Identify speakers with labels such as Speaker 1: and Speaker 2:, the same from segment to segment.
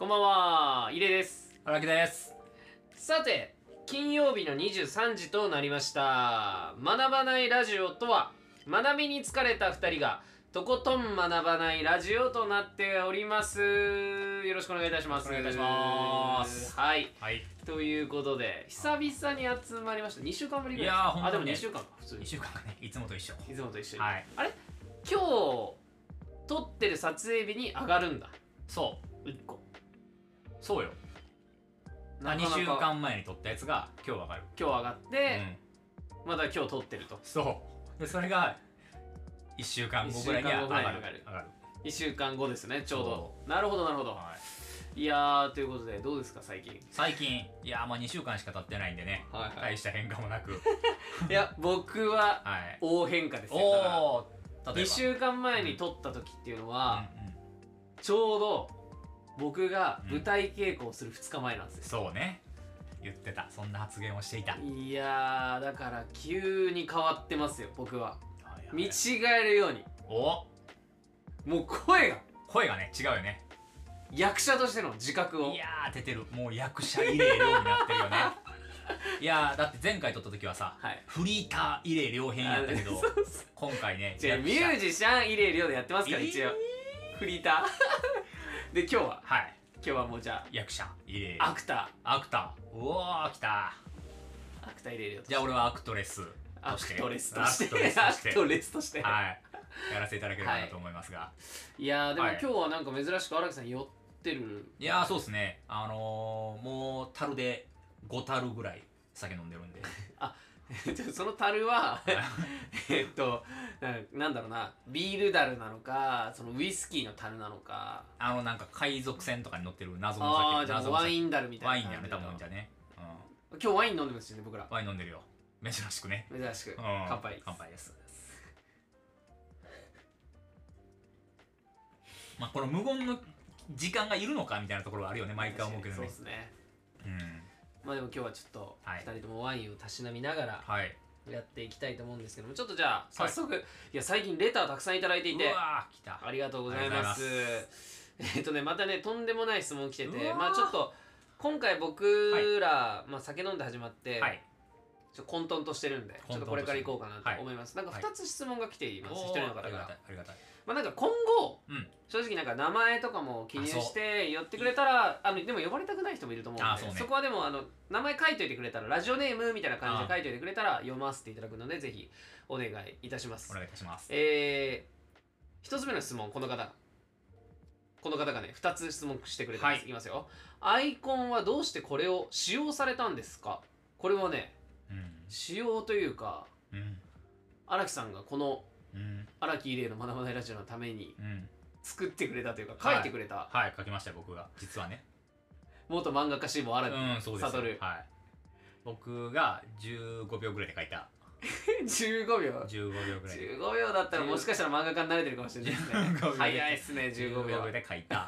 Speaker 1: ばんは井出です
Speaker 2: 荒木です
Speaker 1: さて金曜日の23時となりました学ばないラジオとは学びに疲れた2人がとことん学ばないラジオとなっておりますよろしくお願いいたします
Speaker 2: よろしくお願いいたします
Speaker 1: はい
Speaker 2: はい
Speaker 1: ということで久々に集まりました2週間ぶりぐらい
Speaker 2: いやー
Speaker 1: です
Speaker 2: ほん
Speaker 1: かあ
Speaker 2: と
Speaker 1: で
Speaker 2: に
Speaker 1: も
Speaker 2: ね
Speaker 1: 2週間か普通に
Speaker 2: 2週間がねいつもと一緒
Speaker 1: いつもと一緒に、
Speaker 2: はい
Speaker 1: あれ今日撮ってる撮影日に上がるんだ
Speaker 2: そう
Speaker 1: 1個
Speaker 2: そうよ
Speaker 1: なかな
Speaker 2: 2
Speaker 1: か
Speaker 2: 週
Speaker 1: 今
Speaker 2: 間前に撮ったやつが今日わかる
Speaker 1: 日上がって、
Speaker 2: うん
Speaker 1: まだ今日撮ってると
Speaker 2: そうでそれが1週間後ぐらいには上がる
Speaker 1: 一週間後ぐらいに上
Speaker 2: 上がる
Speaker 1: 1週間後ですねちょうど
Speaker 2: そ
Speaker 1: なるほどなるほど
Speaker 2: はい
Speaker 1: いやーということでどうですか最近
Speaker 2: 最近いやまあ2週間しか経ってないんでね
Speaker 1: はい
Speaker 2: 大した変化もな く
Speaker 1: いや僕は
Speaker 2: はい
Speaker 1: 大変化ですよだから
Speaker 2: おお例えば
Speaker 1: 2週間前に撮った時っていうのは、
Speaker 2: うんうん
Speaker 1: ちょうど僕が舞台稽古をする2日前なんですよ、
Speaker 2: そうね言ってたそんな発言をしていた
Speaker 1: いやーだから急に変わってますよ僕は見違
Speaker 2: 道
Speaker 1: えるように
Speaker 2: お
Speaker 1: もう声が
Speaker 2: 声がね違うよね
Speaker 1: 役者としての自覚を
Speaker 2: いやー出てるもう役者入れようになってるよ ねいやーだって前回撮った時はさ
Speaker 1: はい
Speaker 2: フリーター入れ両編やったけど
Speaker 1: あ そうそう
Speaker 2: 今回ね
Speaker 1: じゃあミュージシャン入れるようでやってますから一応、フリーター で今日は
Speaker 2: はい
Speaker 1: 今日はもうじゃ
Speaker 2: 役者入れ
Speaker 1: あアクタ
Speaker 2: アクターうおー来た
Speaker 1: ーアクター入れるよと
Speaker 2: じゃあ俺はアクト レス
Speaker 1: ア
Speaker 2: として
Speaker 1: クトレスとして
Speaker 2: アクトレスと
Speaker 1: ア
Speaker 2: して
Speaker 1: クトレスとして
Speaker 2: はいやらせていただければなと思いますが、
Speaker 1: いやーでも
Speaker 2: はい
Speaker 1: 今日はなんか珍しく荒木さん寄って る
Speaker 2: い、やーそうですねあのー、もう樽で5樽ぐらい酒飲んでるんで
Speaker 1: ちょその樽はえっとななんだろうなビール樽なのかそのウイスキーの樽なのか
Speaker 2: あのなんか海賊船とかに乗ってる謎の
Speaker 1: ああー
Speaker 2: 酒
Speaker 1: じゃあ
Speaker 2: 謎の
Speaker 1: ワ
Speaker 2: 酒
Speaker 1: イン樽みたいな
Speaker 2: ワインやね多分じゃ
Speaker 1: ゃ
Speaker 2: ね、うん、
Speaker 1: 今日ワイン飲んでますよね僕ら
Speaker 2: ワイン飲んでるよ珍しくね、
Speaker 1: 珍しく、
Speaker 2: うん、
Speaker 1: 乾杯
Speaker 2: 乾杯です まあこの無言の時間がいるのかみたいなところはあるよね毎回思うけど
Speaker 1: そう
Speaker 2: ね
Speaker 1: ですね
Speaker 2: うん
Speaker 1: まあでも今日はちょっと
Speaker 2: はい
Speaker 1: 2人ともワインをたしなみながら
Speaker 2: はい
Speaker 1: やっていきたいと思うんですけどもちょっとじゃあ早速、い、や最近レターたくさんいただいていうて
Speaker 2: わー来た
Speaker 1: ありがとうございます
Speaker 2: ありがとうござい
Speaker 1: えっとねまたねとんでもない質問来て
Speaker 2: う
Speaker 1: て
Speaker 2: わー
Speaker 1: まあちょっと今回僕ら、まあ、酒飲んで始まって、
Speaker 2: はい
Speaker 1: ちょっと混沌としてるんでちょっ
Speaker 2: 混沌としてる
Speaker 1: とこれから行こうかなと思います、
Speaker 2: い
Speaker 1: なんか2つ質問が来ています、
Speaker 2: おー
Speaker 1: 一1人の
Speaker 2: あ
Speaker 1: 方
Speaker 2: り
Speaker 1: か
Speaker 2: が
Speaker 1: ら
Speaker 2: たいありがたい
Speaker 1: まあなんか今後
Speaker 2: うん
Speaker 1: 正直なんか名前とかも記入して寄ってくれたらあのでも呼ばれたくない人もいると思うんで
Speaker 2: あそうね
Speaker 1: こはでもあの名前書いといてくれたらラジオネームみたいな感じで書いといてくれたら読ませていただくのでぜひお願いいたします
Speaker 2: お願いいたします
Speaker 1: えー、一つ目の質問この方この方がね2つ質問してくれてます、
Speaker 2: はい
Speaker 1: い、きますよアイコンはどうしてこれを使用されたんですかこれはね
Speaker 2: うん
Speaker 1: 使用というか
Speaker 2: うん
Speaker 1: 荒木さんがこの
Speaker 2: うん
Speaker 1: 荒木伊礼の学ばないラジオのために
Speaker 2: うん
Speaker 1: 作ってくれたというか
Speaker 2: はい
Speaker 1: 書いてくれた、
Speaker 2: はい書きましたよ僕が実はね
Speaker 1: 元漫画家志望荒木、
Speaker 2: うん、そうですよ。
Speaker 1: 悟る
Speaker 2: はい。僕が15秒ぐらいで書いた。
Speaker 1: 15秒
Speaker 2: 15秒ぐらいで。
Speaker 1: 15秒だったらもしかしたら漫画家になれてるかもしれないですね
Speaker 2: 15秒
Speaker 1: 早いっすね15秒
Speaker 2: で書いた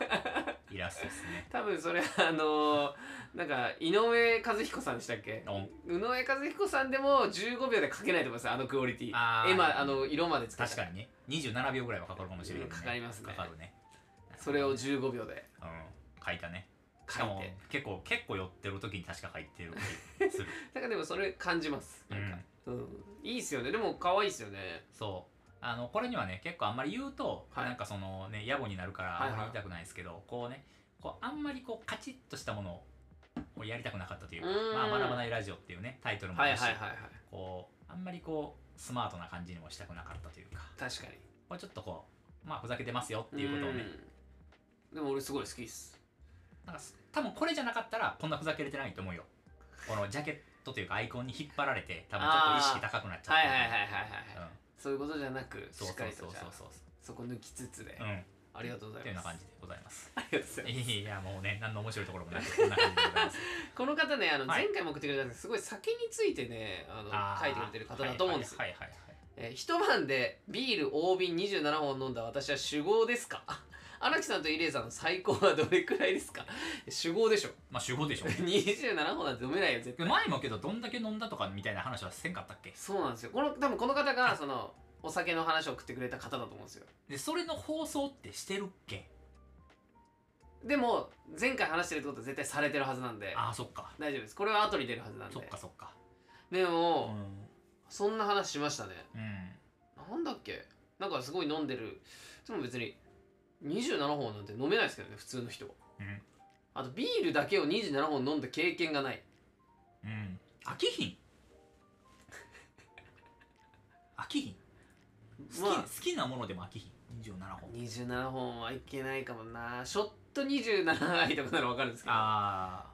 Speaker 2: イラストです ね。
Speaker 1: 多分それはあのーなんか井上和彦さんでしたっけ
Speaker 2: おん
Speaker 1: 井上和彦さんでも15秒で描けないと思いますあのクオリティ
Speaker 2: あー
Speaker 1: 絵まあの色までつけたら
Speaker 2: 確かにね、27秒ぐらいはかかるかもしれない、
Speaker 1: うんかかりますね
Speaker 2: かかるね。
Speaker 1: それを
Speaker 2: うん、
Speaker 1: 15秒で
Speaker 2: 書いたね。しか
Speaker 1: 描い
Speaker 2: も
Speaker 1: て
Speaker 2: 結構、結構寄ってる時に確か書いてる 気する。
Speaker 1: なんかでもそれ感じますなんか、うんいいっすよねでも可愛いっすよね
Speaker 2: そう。あのこれにはね結構あんまり言うと、
Speaker 1: はい
Speaker 2: なんかそのね野暮になるから
Speaker 1: はいは
Speaker 2: あ
Speaker 1: い
Speaker 2: んまり言いたくないですけど、こうねこうあんまりこうカチッとしたものをやりたくなかったというか
Speaker 1: うーん
Speaker 2: まあ、学ばないラジオ」っていうねタイトルもあ
Speaker 1: はいは
Speaker 2: る
Speaker 1: い
Speaker 2: し、
Speaker 1: はいはい
Speaker 2: こうあんまりこうスマートな感じにもしたくなかったというか
Speaker 1: 確かに
Speaker 2: これちょっとこうまあふざけてますよっていうことを
Speaker 1: う
Speaker 2: ね、
Speaker 1: んでも俺すごい好きっす
Speaker 2: なんかす多分これじゃなかったらこんなふざけれてないと思うよこのジャケットというかアイコンに引っ張られて多分ちょっと意識高くなっちゃった
Speaker 1: はいはいはいはいはい
Speaker 2: うん
Speaker 1: はいそういうことじゃなくし
Speaker 2: そう
Speaker 1: っか
Speaker 2: そう
Speaker 1: りと
Speaker 2: そう
Speaker 1: じゃ
Speaker 2: そう
Speaker 1: あ
Speaker 2: そう
Speaker 1: そこ抜きつつで、
Speaker 2: そううん
Speaker 1: ありがとうございます
Speaker 2: というような感じでございます
Speaker 1: ありがとうございます
Speaker 2: いやもうね何の面白いところもなくこんな感じでございます
Speaker 1: この方ねあの
Speaker 2: はい
Speaker 1: 前回も送ってくれたんですけどすごい酒についてね あ
Speaker 2: あー
Speaker 1: の書いてくれてる方だと思うんですよ
Speaker 2: はいはいはいはい
Speaker 1: えー一晩でビール大瓶27本飲んだ私は酒豪ですか 荒木さんとイレイさんの最高はどれくらいですか 酒豪 でしょ
Speaker 2: まあ主語でしょ
Speaker 1: 27本なんて飲めないよ絶対
Speaker 2: 前もけどどんだけ飲んだとかみたいな話はせんかったっけ
Speaker 1: そうなんですよこの多分この方がそのお酒の話を送ってくれた方だと思うんですよ
Speaker 2: でそれの放送ってしてるっけ
Speaker 1: でも前回話してるってことは絶対されてるはずなんで
Speaker 2: ああそっか
Speaker 1: 大丈夫ですこれは後に出るはずなんで
Speaker 2: そっかそっか
Speaker 1: で
Speaker 2: う
Speaker 1: も、
Speaker 2: ん、
Speaker 1: そんな話しましたね
Speaker 2: うん、
Speaker 1: なんだっけなんかすごい飲んでるでも別に27本なんて飲めないですけどね普通の人は
Speaker 2: うん
Speaker 1: あとビールだけを27本飲んだ経験がない
Speaker 2: うん飽き ひん飽きひん好き,、
Speaker 1: ま
Speaker 2: 好きなものでも飽きひん27
Speaker 1: あ
Speaker 2: 本
Speaker 1: 27本はいけないかもなショット27杯とかならわかるんですけど
Speaker 2: あ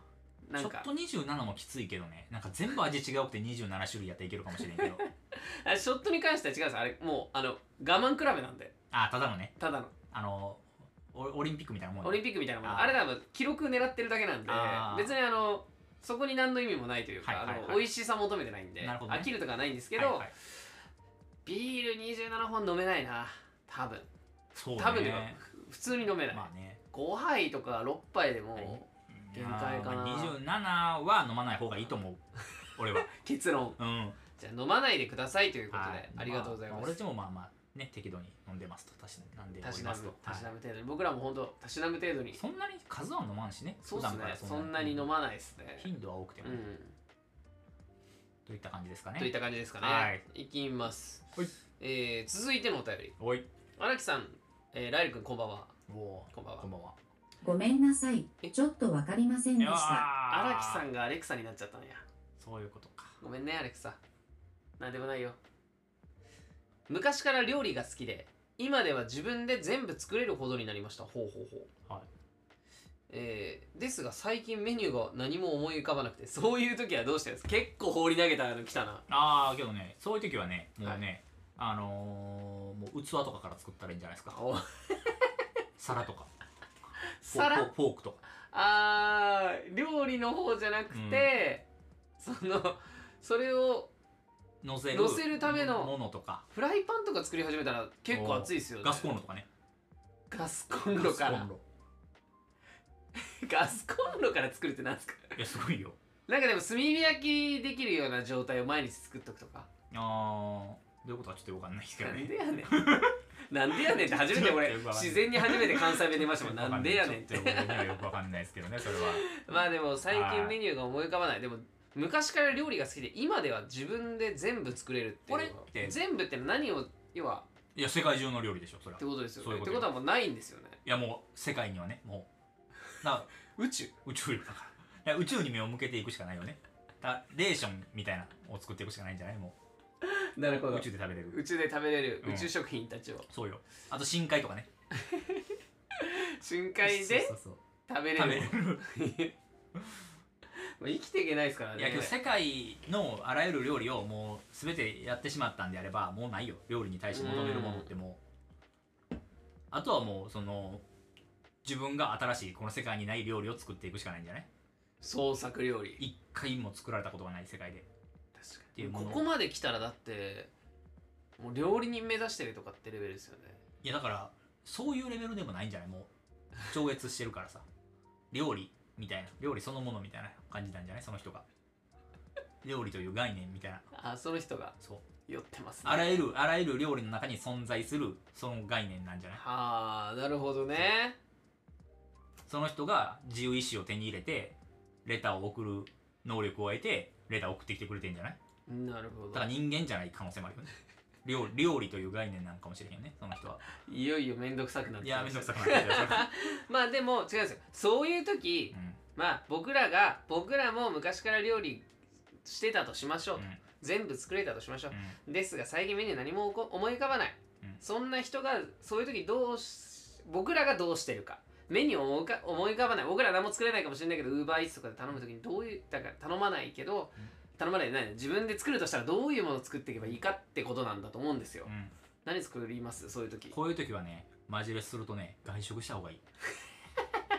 Speaker 2: あ
Speaker 1: な
Speaker 2: ちょ
Speaker 1: ん
Speaker 2: っ
Speaker 1: か
Speaker 2: と27もきついけどねなんか全部味違うくて27種類やっていけるかもしれん けど
Speaker 1: あショットに関しては違うんですあれもうあの我慢比べなんで
Speaker 2: ああただのね
Speaker 1: ただの
Speaker 2: あのオオリンピックみたいなもん
Speaker 1: オリンピックみたいなもの
Speaker 2: あー
Speaker 1: あれ多分記録狙ってるだけなんで
Speaker 2: あー
Speaker 1: 別にあのそこに何の意味もないというか、
Speaker 2: はいはいはい
Speaker 1: あの美味しさ求めてないんで、
Speaker 2: なるほどね
Speaker 1: 飽きるとかないんです
Speaker 2: け
Speaker 1: けど、
Speaker 2: はいはい
Speaker 1: ビール27本飲めないな多分
Speaker 2: そうね
Speaker 1: 多分では普通に飲めない、
Speaker 2: まあね
Speaker 1: 5杯とか6杯で
Speaker 2: はい
Speaker 1: も
Speaker 2: いや
Speaker 1: 限界かな
Speaker 2: ーまあ27は飲まない方がいい と思う俺は
Speaker 1: 結論
Speaker 2: うん
Speaker 1: じゃあ飲まないでくださいということで、
Speaker 2: はい
Speaker 1: ありがとうござい
Speaker 2: あ
Speaker 1: ま
Speaker 2: あ
Speaker 1: す
Speaker 2: 俺でもまあまあね適度に飲んでますとたしなんでお
Speaker 1: たし
Speaker 2: り
Speaker 1: な
Speaker 2: ます
Speaker 1: む
Speaker 2: と
Speaker 1: たしな
Speaker 2: はい
Speaker 1: む程度に僕らも本当たしなむ程度に
Speaker 2: そんなに数は飲まんしね
Speaker 1: そうですね
Speaker 2: 普段から
Speaker 1: そんなに飲まないですね
Speaker 2: 頻度は多くて
Speaker 1: う
Speaker 2: も、
Speaker 1: ん
Speaker 2: といった感じですか
Speaker 1: といっ
Speaker 2: ね
Speaker 1: た感じですかね、
Speaker 2: はい
Speaker 1: い、きます、
Speaker 2: はい
Speaker 1: えー続いてのお便り
Speaker 2: おい
Speaker 1: 荒木さん、えー、ライル君こんばんは
Speaker 2: おお
Speaker 1: こんばんは
Speaker 2: こんばんは
Speaker 3: ごめんなさい
Speaker 1: え。
Speaker 3: ちょっとわかりませんでした。
Speaker 1: 荒
Speaker 2: 荒
Speaker 1: 木さんがアレクサになっちゃったんや
Speaker 2: そういうことか
Speaker 1: ごめんねアレクサなんでもないよ昔から料理が好きで今では自分で全部作れるほどになりましたほうほうほう
Speaker 2: はい
Speaker 1: えーですが最近メニューが何も思い浮かばなくてそういう時はどうしてるんですか結構放り投げたの来たな
Speaker 2: ああけどねそういう時はねもうね、あのー、もう器とかから作ったらいいんじゃないですか
Speaker 1: お
Speaker 2: 皿 とかフォー
Speaker 1: 皿
Speaker 2: クフォークとか
Speaker 1: あー料理の方じゃなくて、そのそれを
Speaker 2: 乗せる
Speaker 1: 乗せるための
Speaker 2: ものとか
Speaker 1: フライパンとか作り始めたら結構熱いですよね
Speaker 2: ガスコンロとかね
Speaker 1: ガスコンロから
Speaker 2: ガス
Speaker 1: ガスコ
Speaker 2: コンロ
Speaker 1: ンロから作るってなんですか
Speaker 2: いやすごいよ
Speaker 1: なんかでも炭火焼きできるような状態を毎日作っとくとか
Speaker 2: あーどういうことはちょっとよくわかんないですけど
Speaker 1: なん
Speaker 2: ね
Speaker 1: でやねんなん でやねんって初めて俺
Speaker 2: ちょっとよくわかんない
Speaker 1: 自然に初めて関西弁出ましたもんなんでやねんっ
Speaker 2: ち
Speaker 1: て
Speaker 2: ょっとよくわかんないよくわかんないですけどねそれは
Speaker 1: まあでも最
Speaker 2: は
Speaker 1: 近
Speaker 2: い
Speaker 1: メニューが思い浮かばないでも昔から料理が好きで今では自分で全部作れるっていうのが
Speaker 2: これって
Speaker 1: 全部って何を要はい
Speaker 2: や世界中の料理でしょそれは
Speaker 1: ってことですよ
Speaker 2: そうい
Speaker 1: ねっ
Speaker 2: うこ
Speaker 1: て
Speaker 2: と
Speaker 1: ことはもうないんですよね
Speaker 2: いやもう世界にはねもうな
Speaker 1: 宇宙
Speaker 2: 宇宙よだからいや宇宙に目を向けていくしかないよねだレーションみたいなのを作っていくしかないんじゃないも
Speaker 1: なるほ
Speaker 2: う
Speaker 1: ど
Speaker 2: 宇宙で食べれる
Speaker 1: 宇宙で食べれる
Speaker 2: うん
Speaker 1: 宇宙食品たちを
Speaker 2: そうよあと深海とかね
Speaker 1: 深海で
Speaker 2: そうそう
Speaker 1: 食べ
Speaker 2: そう食べ
Speaker 1: れ
Speaker 2: れ
Speaker 1: る
Speaker 2: る
Speaker 1: まあ生きていけないですから
Speaker 2: い
Speaker 1: ね
Speaker 2: やけど世界のあらゆる料理をもう全てやってしまったんであればもうないよ料理に対して求めるものってもうあとはもうその自分が新しいこの世界にない料理を作っていくしかないんじゃない
Speaker 1: 創作料理
Speaker 2: 一回も作られたことがない世界で
Speaker 1: 確か
Speaker 2: ていうも
Speaker 1: こ
Speaker 2: の
Speaker 1: こまで来たらだってもう料理人目指してるとかってレベルですよね
Speaker 2: いやだからそういうレベルでもないんじゃないもう超越してるからさ料理みたいな料理そのものみたいな感じなんじゃないその人が料理という概念みたいな
Speaker 1: あその人が
Speaker 2: そう
Speaker 1: 寄ってますね
Speaker 2: あらゆるあらゆる料理の中に存在するその概念なんじゃない
Speaker 1: はあなるほどね
Speaker 2: その人が自由意志を手に入れてレターを送る能力を得てレターを送ってきてくれてんじゃない
Speaker 1: なるほ
Speaker 2: だか
Speaker 1: ど
Speaker 2: ら人間じゃない可能性もあるよね料料理という概念なんかもしれへんよねその人はい
Speaker 1: よいよ面倒くさくなって
Speaker 2: い
Speaker 1: きま
Speaker 2: や
Speaker 1: した
Speaker 2: めんどくさくなってきたよそれ
Speaker 1: まあでも違うんですよそういう時
Speaker 2: う
Speaker 1: まあ僕らが僕らも昔から料理してたとしましょう、
Speaker 2: んうん
Speaker 1: 全部作れたとしましょう
Speaker 2: うん
Speaker 1: ですが最近メニュー何もおこ思い浮かばない、
Speaker 2: うん
Speaker 1: そんな人がそういう時どうし僕らがどうしてるかメニューを思い浮か思い浮かばない僕ら何も作れないかもしれないけどウーバーイーツとかで頼む時にどういうだから頼まないけど、
Speaker 2: うん
Speaker 1: 頼まないない自分で作るとしたらどういうものを作っていけばいいかってことなんだと思うんですよ、
Speaker 2: うん
Speaker 1: 何作りますそういう時
Speaker 2: こういう時はね、マジレスするとね、外食した 方がいい。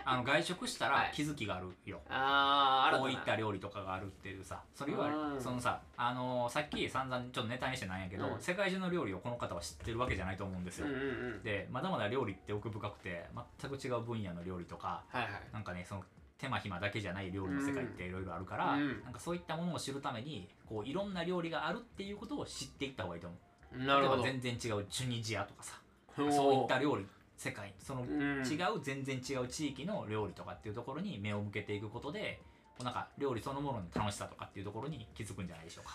Speaker 2: あの外食した
Speaker 1: は
Speaker 2: ら
Speaker 1: い
Speaker 2: 気づきがあるよ。
Speaker 1: ああ
Speaker 2: こうい
Speaker 1: 新
Speaker 2: ったた
Speaker 1: な
Speaker 2: 料理とかがあるっていうさ、それは
Speaker 1: う、ん
Speaker 2: そのさ、あのーさっき散々ちょっとネタにしてなんやけど、
Speaker 1: うん
Speaker 2: 世界中の料理をこの方は知ってるわけじゃないと思うんです
Speaker 1: う
Speaker 2: よ。
Speaker 1: んうんうん
Speaker 2: で、まだまだ料理って奥深くて、全く違う分野の料理とか、
Speaker 1: はいはい
Speaker 2: なんかね、その手間暇だけじゃない料理の世界っていろいろあるから、
Speaker 1: うん
Speaker 2: なんかそういったものを知るために、こういろんな料理があるっていうことを知っていった方がいいと思う。
Speaker 1: なるほど
Speaker 2: 例えば全然違うチュニジアとかさ、
Speaker 1: おー
Speaker 2: そういった料理世界その
Speaker 1: うん
Speaker 2: 違う全然違う地域の料理とかっていうところに目を向けていくことでこうなんか料理そのものの楽しさとかっていうところに気づくんじゃないで しょうか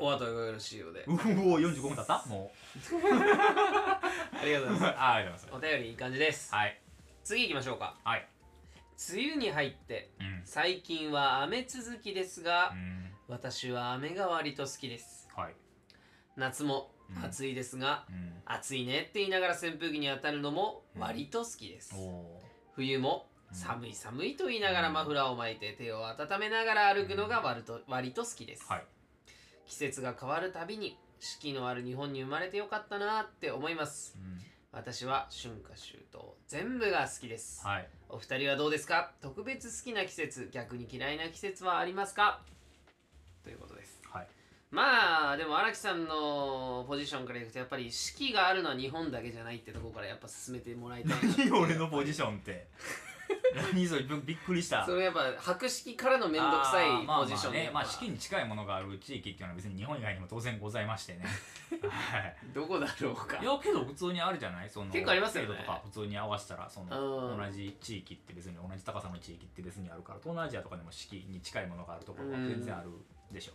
Speaker 1: お後がよろしいようで
Speaker 2: うお45分経ったもう
Speaker 1: ありがとうございま
Speaker 2: ありがとうございます
Speaker 1: お便りいい感じです
Speaker 2: はい
Speaker 1: 次行きましょうか
Speaker 2: はい
Speaker 1: 梅雨に入って
Speaker 2: うん
Speaker 1: 最近は雨続きですが、
Speaker 2: うん
Speaker 1: 私は雨が割と好きです
Speaker 2: はい
Speaker 1: 夏も
Speaker 2: うん
Speaker 1: 暑いですが、
Speaker 2: うん
Speaker 1: 暑いねって言いながら扇風機に当たるのも割と好きです、
Speaker 2: お
Speaker 1: 冬も
Speaker 2: うん
Speaker 1: 寒い寒いと言いながらマフラーを巻いて手を温めながら歩くのが割と割と好きです、
Speaker 2: ーはい
Speaker 1: 季節が変わるたびに四季のある日本に生まれてよかったなって思います
Speaker 2: うん
Speaker 1: 私は春夏秋冬全部が好きです、
Speaker 2: はい
Speaker 1: お二人はどうですか特別好きな季節逆に嫌いな季節はありますかということです
Speaker 2: はい
Speaker 1: まあでも荒木さんのポジションからいくとやっぱり四季があるのは日本だけじゃないってところからやっぱ進めてもらいたいな
Speaker 2: 何俺のポジションって 何それびびっくりした
Speaker 1: それやっぱ白色からの面倒くさい
Speaker 2: あーまあ
Speaker 1: ポジション
Speaker 2: まあ
Speaker 1: で
Speaker 2: ねまあ資金に近いものがある地域っていうのは別に日本以外にも当然ございましてね はい
Speaker 1: どこだろうか
Speaker 2: いやけど普通にあるじゃないその
Speaker 1: 結構ありますよね
Speaker 2: 制度とか普通に合わせたらその
Speaker 1: うん
Speaker 2: 同じ地域って別に同じ高さの地域って別にあるから東南アジアとかでも四季に近いものがあるところは全然あるでしょ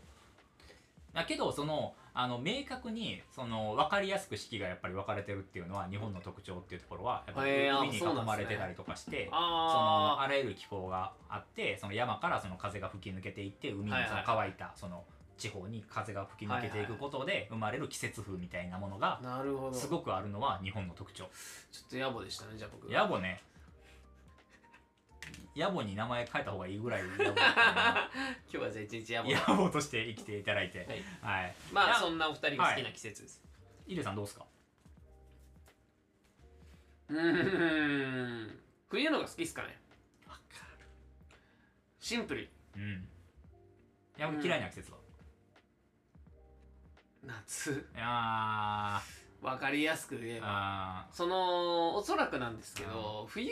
Speaker 2: だけどそのあの明確にその分かりやすく四季がやっぱり分かれてるっていうのは日本の特徴っていうところはやっぱり
Speaker 1: へーあ
Speaker 2: 海に囲
Speaker 1: そうなんですね
Speaker 2: まれてたりとかしてその
Speaker 1: あ
Speaker 2: あらゆる気候があってその山からその風が吹き抜けていって海の
Speaker 1: はいはい
Speaker 2: その乾いたその地方に風が吹き抜けていくことで生まれる季節風みたいなものが
Speaker 1: あなるほど
Speaker 2: す
Speaker 1: すご
Speaker 2: ごくあるのは日本の特徴
Speaker 1: ちょっと野暮でしたねじゃあ僕
Speaker 2: 野暮ね野暮に名前変えた方がいいぐらい野暮だった
Speaker 1: 今日はじゃあ一日野
Speaker 2: な野
Speaker 1: 暮
Speaker 2: 暮として生きていただいて
Speaker 1: はい
Speaker 2: はい
Speaker 1: ま
Speaker 2: い
Speaker 1: あ
Speaker 2: や
Speaker 1: そんなお二人が好きな季節です、
Speaker 2: イレさんどうですか
Speaker 1: うーん冬のが好きっすかねシンプルに
Speaker 2: うんいや
Speaker 1: うん
Speaker 2: 嫌いな季節は、
Speaker 1: 夏
Speaker 2: あ
Speaker 1: わかりやすく言え
Speaker 2: ー
Speaker 1: ば
Speaker 2: あ
Speaker 1: そのおそらくなんですけど冬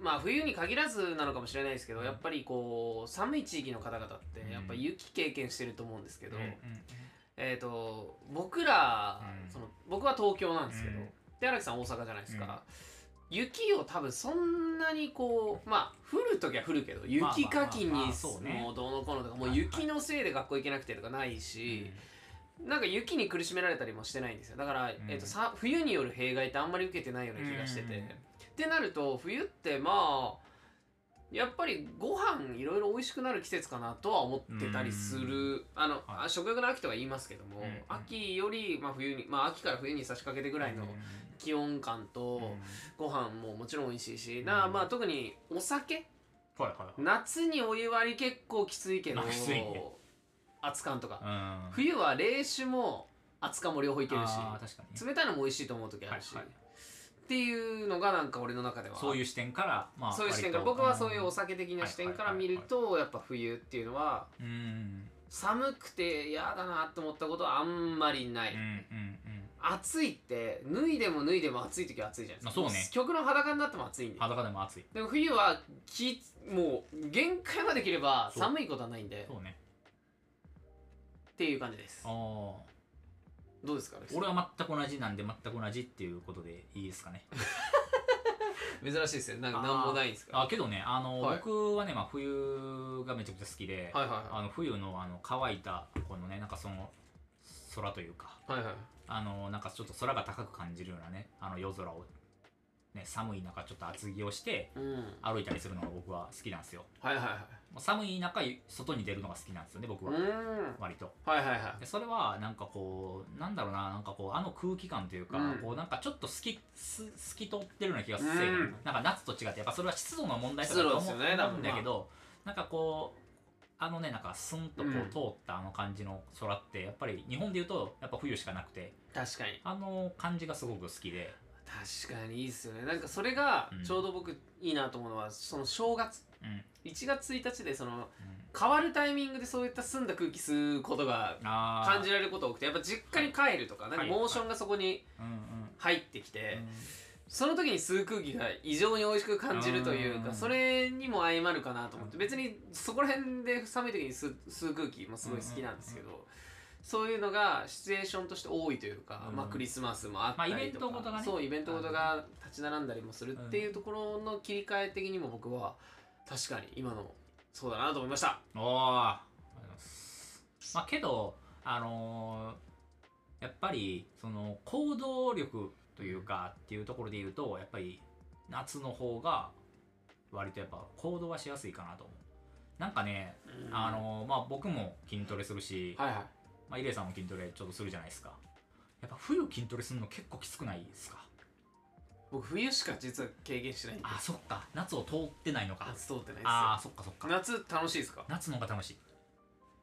Speaker 1: まあ冬に限らずなのかもしれないですけどやっぱりこう寒い地域の方々ってやっぱ
Speaker 2: うん
Speaker 1: 雪経験してると思うんですけ
Speaker 2: ー
Speaker 1: ど、
Speaker 2: うんうん
Speaker 1: えー、と僕ら、
Speaker 2: うん
Speaker 1: その僕は東京なんですけど、
Speaker 2: うん
Speaker 1: で荒木さん大阪じゃないですか、雪を多分そんなにこうまあ降る時は降るけど
Speaker 2: まあ
Speaker 1: 雪かきに
Speaker 2: まあまあそうね
Speaker 1: もうどうのこうのとかもう
Speaker 2: はいはい
Speaker 1: 雪のせいで学校行けなくてとかないし、なんか雪に苦しめられたりもしてないんですよだから、えー、とさ冬による弊害ってあんまり受けてないような気がしてて。
Speaker 2: うん
Speaker 1: ってなると冬ってまあやっぱりご飯いろいろ美味しくなる季節かなとは思ってたりするあの、あ
Speaker 2: はい
Speaker 1: 食欲の秋とは言いますけども、
Speaker 2: うんうん
Speaker 1: 秋より、まあ、冬に、まあ、秋から冬に差し掛けてぐらいの
Speaker 2: うん
Speaker 1: 気温感と、
Speaker 2: うん
Speaker 1: ご飯ももちろん美味しいし、なあ
Speaker 2: うん
Speaker 1: まあ特にお酒
Speaker 2: はいはいはい
Speaker 1: 夏にお湯割り結構きついけど
Speaker 2: まあきついね
Speaker 1: 熱燗とか、
Speaker 2: うん
Speaker 1: 冬は冷酒も熱燗も両方いけるし
Speaker 2: あー確かに
Speaker 1: 冷たいのも美味しいと思う時あるし、
Speaker 2: はいはい
Speaker 1: っていうのがなんか俺の中では
Speaker 2: そういう視点からまあ
Speaker 1: そういう視点から僕はそういうお酒的な視点から見るとやっぱ冬っていうのは
Speaker 2: うんうん
Speaker 1: 寒くて嫌だなと思ったことはあんまりない、
Speaker 2: うんうんうん
Speaker 1: 暑いって脱いでも脱いでも暑い時は暑いじゃないですか、
Speaker 2: まあそうね
Speaker 1: 極論裸になっても暑いんで
Speaker 2: 裸でも暑い
Speaker 1: でも冬はきもう限界まで切れば
Speaker 2: そう
Speaker 1: 寒いことはないんで
Speaker 2: そうね
Speaker 1: っていう感じです
Speaker 2: ああ
Speaker 1: どうですかね
Speaker 2: 俺は全く同じなんで全く同じっていうことでいいですかね
Speaker 1: 珍しいですよなんか何もないんですから
Speaker 2: あけどねあの、
Speaker 1: はい
Speaker 2: 僕はね、まあ、冬がめちゃくちゃ好きで、
Speaker 1: はいは
Speaker 2: あの冬のあの乾いたこのねなんかその空というか
Speaker 1: いはいはいはい
Speaker 2: あのなんかちょっと空が高く感じるようなねあの夜空を、ね、寒い中ちょっと厚着をして
Speaker 1: うん
Speaker 2: 歩いたりするのが僕は好きなんですよ
Speaker 1: はいはいは
Speaker 2: もう寒い中外に出るのが好きなんですよね僕
Speaker 1: いう
Speaker 2: は、
Speaker 1: ーん
Speaker 2: 割と
Speaker 1: はいはいは
Speaker 2: でそれはなんかこうなんだろうななんかこうあの空気感というか、
Speaker 1: うん
Speaker 2: こうなんかちょっと透きす透き通ってるような気がする、
Speaker 1: うん
Speaker 2: なんか夏と違ってやっぱそれは湿度の問題とかだと思
Speaker 1: 湿度
Speaker 2: う
Speaker 1: ですよね多分
Speaker 2: んだけど、なんかこうあのねなんかスン
Speaker 1: う
Speaker 2: とこ
Speaker 1: ん
Speaker 2: う通ったあの感じの空ってやっぱり日本でいうとやっぱ冬しかなくて
Speaker 1: い確かに
Speaker 2: あの感じがすごく好きで、
Speaker 1: 確かにいいっすよねなんかそれが
Speaker 2: うん
Speaker 1: ちょうど僕いいなと思うのは、その正月
Speaker 2: うんうん
Speaker 1: 1月1日でその変わるタイミングでそういった澄んだ空気吸うことが
Speaker 2: あー
Speaker 1: 感じられることが多くてやっぱ実家に帰るとか,、なんか
Speaker 2: はい
Speaker 1: モーションがそこに
Speaker 2: うんうん
Speaker 1: 入ってきて、
Speaker 2: うん
Speaker 1: その時に吸う空気が異常に美味しく感じるというか
Speaker 2: うん
Speaker 1: それにも相まるかなと思って別にそこら辺で寒い時に吸う吸う空気もすごい好きなんですけど、そういうのがシチュエーションとして多いというか、
Speaker 2: うん
Speaker 1: まあ、クリスマスもあったりとか、
Speaker 2: まあイベントごとがね
Speaker 1: そうイベントごとが立ち並んだりもするっていうところの切り替え的にも僕は確かに今のそうだなと思いました。
Speaker 2: おおありがとうございますまあけどあのーやっぱりその行動力というかっていうところで言うとやっぱり夏の方が割とやっぱ行動はしやすいかなと思うなんかね、
Speaker 1: うん
Speaker 2: あのーまあ僕も筋トレするし、
Speaker 1: はいはい
Speaker 2: まあ、イレイさんも筋トレちょっとするじゃないですかやっぱ冬筋トレするの結構きつくないですか
Speaker 1: 僕冬しか実は経験してないんで
Speaker 2: あそっか夏を通ってないのか
Speaker 1: 夏通ってないですよ
Speaker 2: あーそっかそっか
Speaker 1: 夏楽しいですか
Speaker 2: 夏の方が楽しいや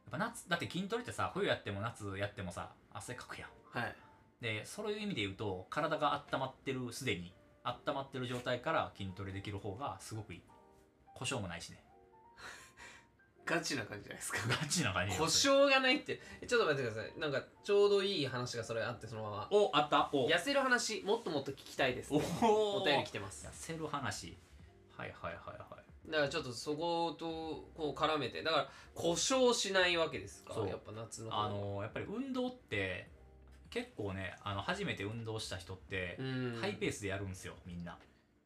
Speaker 2: っぱ夏だって筋トレってさ冬やっても夏やってもさ汗かくやん
Speaker 1: はい
Speaker 2: でそういう意味で言うと体が温まってるすでに温まってる状態から筋トレできる方がすごくいい故障もないしね
Speaker 1: ガチな感じじゃないですか
Speaker 2: ガチな感じ
Speaker 1: 故障がないってえちょっと待ってくださいなんかちょうどいい話がそれあってそのまま
Speaker 2: おあったお
Speaker 1: 痩せる話もっともっと聞きたいです、ね、
Speaker 2: お
Speaker 1: お便り来てます
Speaker 2: 痩せる話はいはいはいはい
Speaker 1: だからちょっとそことこう絡めてだから故障しないわけですか
Speaker 2: そう
Speaker 1: やっぱ夏の方
Speaker 2: あのやっぱり運動って結構ねあの初めて運動した人って
Speaker 1: うん
Speaker 2: ハイペースでやるんですよみんな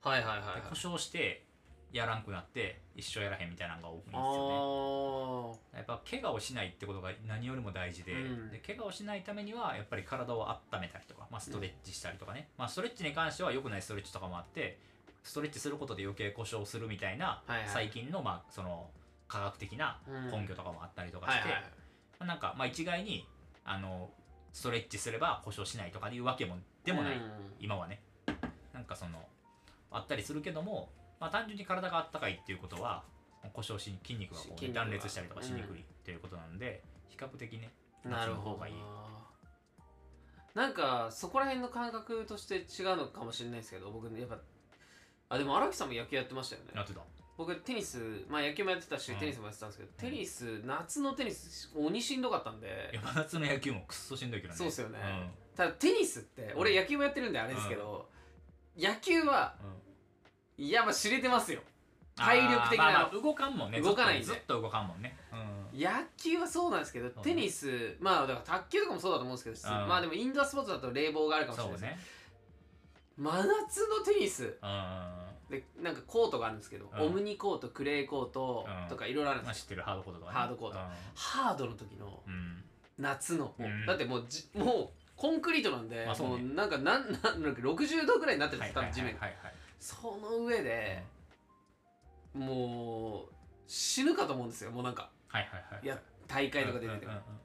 Speaker 1: はいはいはいはい
Speaker 2: で故障してやらんくなって一生やらへんみたいなのが多いんです
Speaker 1: あ
Speaker 2: よ
Speaker 1: ー
Speaker 2: ねやっぱ怪我をしないってことが何よりも大事で,、
Speaker 1: うん
Speaker 2: で怪我をしないためにはやっぱり体を温めたりとか、まあ、ストレッチしたりとかね、まあ、ストレッチに関しては良くないストレッチとかもあってストレッチすることで余計故障するみたいな
Speaker 1: はいはい
Speaker 2: 最近の,、まあその科学的な
Speaker 1: うん
Speaker 2: 根拠とかもあったりとか
Speaker 1: はい
Speaker 2: し
Speaker 1: は
Speaker 2: て、
Speaker 1: い
Speaker 2: なんかまあ一概にあのストレッチすれば故障しないとかいうわけもでもない、
Speaker 1: うん
Speaker 2: 今はねなんかそのあったりするけども、まあ、単純に体があったかいっていうことは故障しに筋肉がこう
Speaker 1: 筋
Speaker 2: ね
Speaker 1: 肉が
Speaker 2: 断裂したりとかしにくいっていうことなんで、比較的ね
Speaker 1: な
Speaker 2: 夏
Speaker 1: る
Speaker 2: の
Speaker 1: ほ
Speaker 2: 方
Speaker 1: ど
Speaker 2: がいい
Speaker 1: なんかそこら辺の感覚として違うのかもしれないですけど僕ねやっぱあでも荒木さんも野球やってましたよね
Speaker 2: なってた
Speaker 1: 僕テニスまあ野球もやってたし
Speaker 2: うん
Speaker 1: テニスもやってたんですけど、テニス夏のテニス鬼しんどかったんで
Speaker 2: 山夏の野球もくっそしんどいけどね
Speaker 1: そうっすよね
Speaker 2: ん
Speaker 1: ただテニスって
Speaker 2: うん
Speaker 1: 俺野球もやってるんであれですけど、野球は
Speaker 2: うん
Speaker 1: いやまあ知れてますよ体力的な
Speaker 2: あーまあまあ動かんもんね
Speaker 1: 動かないんで
Speaker 2: ずっとずっと動かんもんね、うん
Speaker 1: 野球はそうなんですけど
Speaker 2: そうね
Speaker 1: テニスまあだから卓球とかもそうだと思うんですけど、
Speaker 2: うん
Speaker 1: まあでもインドアスポーツだと冷房があるかもしれない
Speaker 2: そ
Speaker 1: で
Speaker 2: う
Speaker 1: す、
Speaker 2: ね
Speaker 1: 真夏のテニス
Speaker 2: うん
Speaker 1: でなんかコートがあるんですけど、
Speaker 2: うん
Speaker 1: オムニコートクレーコート
Speaker 2: うん
Speaker 1: とかいろいろあるん
Speaker 2: ま
Speaker 1: で
Speaker 2: あ
Speaker 1: す
Speaker 2: 知ってるハードコートとか、
Speaker 1: ハードコートハードの時の
Speaker 2: うん、うん
Speaker 1: 夏の、
Speaker 2: うん
Speaker 1: だってもうじもうコンクリートなんで、
Speaker 2: まあそう
Speaker 1: も
Speaker 2: ね
Speaker 1: うなんかなん なんなんか60度ぐらいになってるんです多分地面が
Speaker 2: はいはいはいはい
Speaker 1: その上で、もう死ぬかと思うんですよもうなんか
Speaker 2: はいはいはい
Speaker 1: いや大会とか出てても、
Speaker 2: うんうんうんうん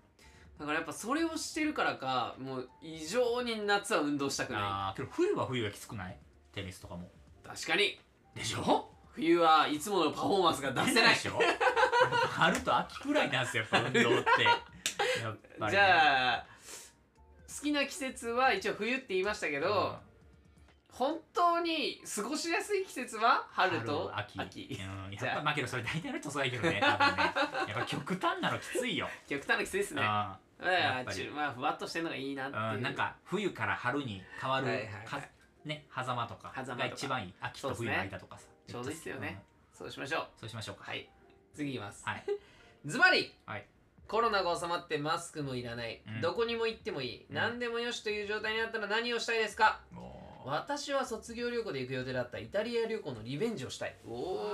Speaker 1: だからやっぱそれをしてるからかもう異常に夏は運動したくな
Speaker 2: あーけど冬は冬はきつくないテニスとかも
Speaker 1: い確かに
Speaker 2: でしょ
Speaker 1: 冬はいつものパフォーマンスが出せない
Speaker 2: でしょ春と秋くらいなんですよやっぱ運動ってやっぱりね、
Speaker 1: じゃあ好きな季節は一応冬って言いましたけど、本当に過ごしやすい季節は
Speaker 2: うん
Speaker 1: 春と
Speaker 2: 秋うん、
Speaker 1: じ
Speaker 2: やっ
Speaker 1: ゃ
Speaker 2: ぱ
Speaker 1: あ
Speaker 2: まあけどそれ大体の人そうやけどね多分ねやっぱ極端なのきついよ、
Speaker 1: 極端な季節です
Speaker 2: う
Speaker 1: ね
Speaker 2: ん
Speaker 1: ま
Speaker 2: や
Speaker 1: あ
Speaker 2: っぱり
Speaker 1: ちゅまあふわっとしてるのがいいなっていう、
Speaker 2: うん、なんか冬から春に変わる
Speaker 1: はいはいはい
Speaker 2: かね狭間とか
Speaker 1: 狭
Speaker 2: が
Speaker 1: 間とか
Speaker 2: 一番いい秋と冬の間とかさ
Speaker 1: そうですねちょうどいいっすよね、そうしましょう
Speaker 2: うんそうしましょうか
Speaker 1: はい次いきます、
Speaker 2: はい
Speaker 1: ズバリ、
Speaker 2: はい
Speaker 1: コロナが収まってマスクもいらない、
Speaker 2: うん
Speaker 1: どこにも行ってもいい、
Speaker 2: うん
Speaker 1: 何でもよしという状態になったら何をしたいですか
Speaker 2: おー
Speaker 1: 私は卒業旅行で行く予定だったイタリア旅行のリベンジをしたいお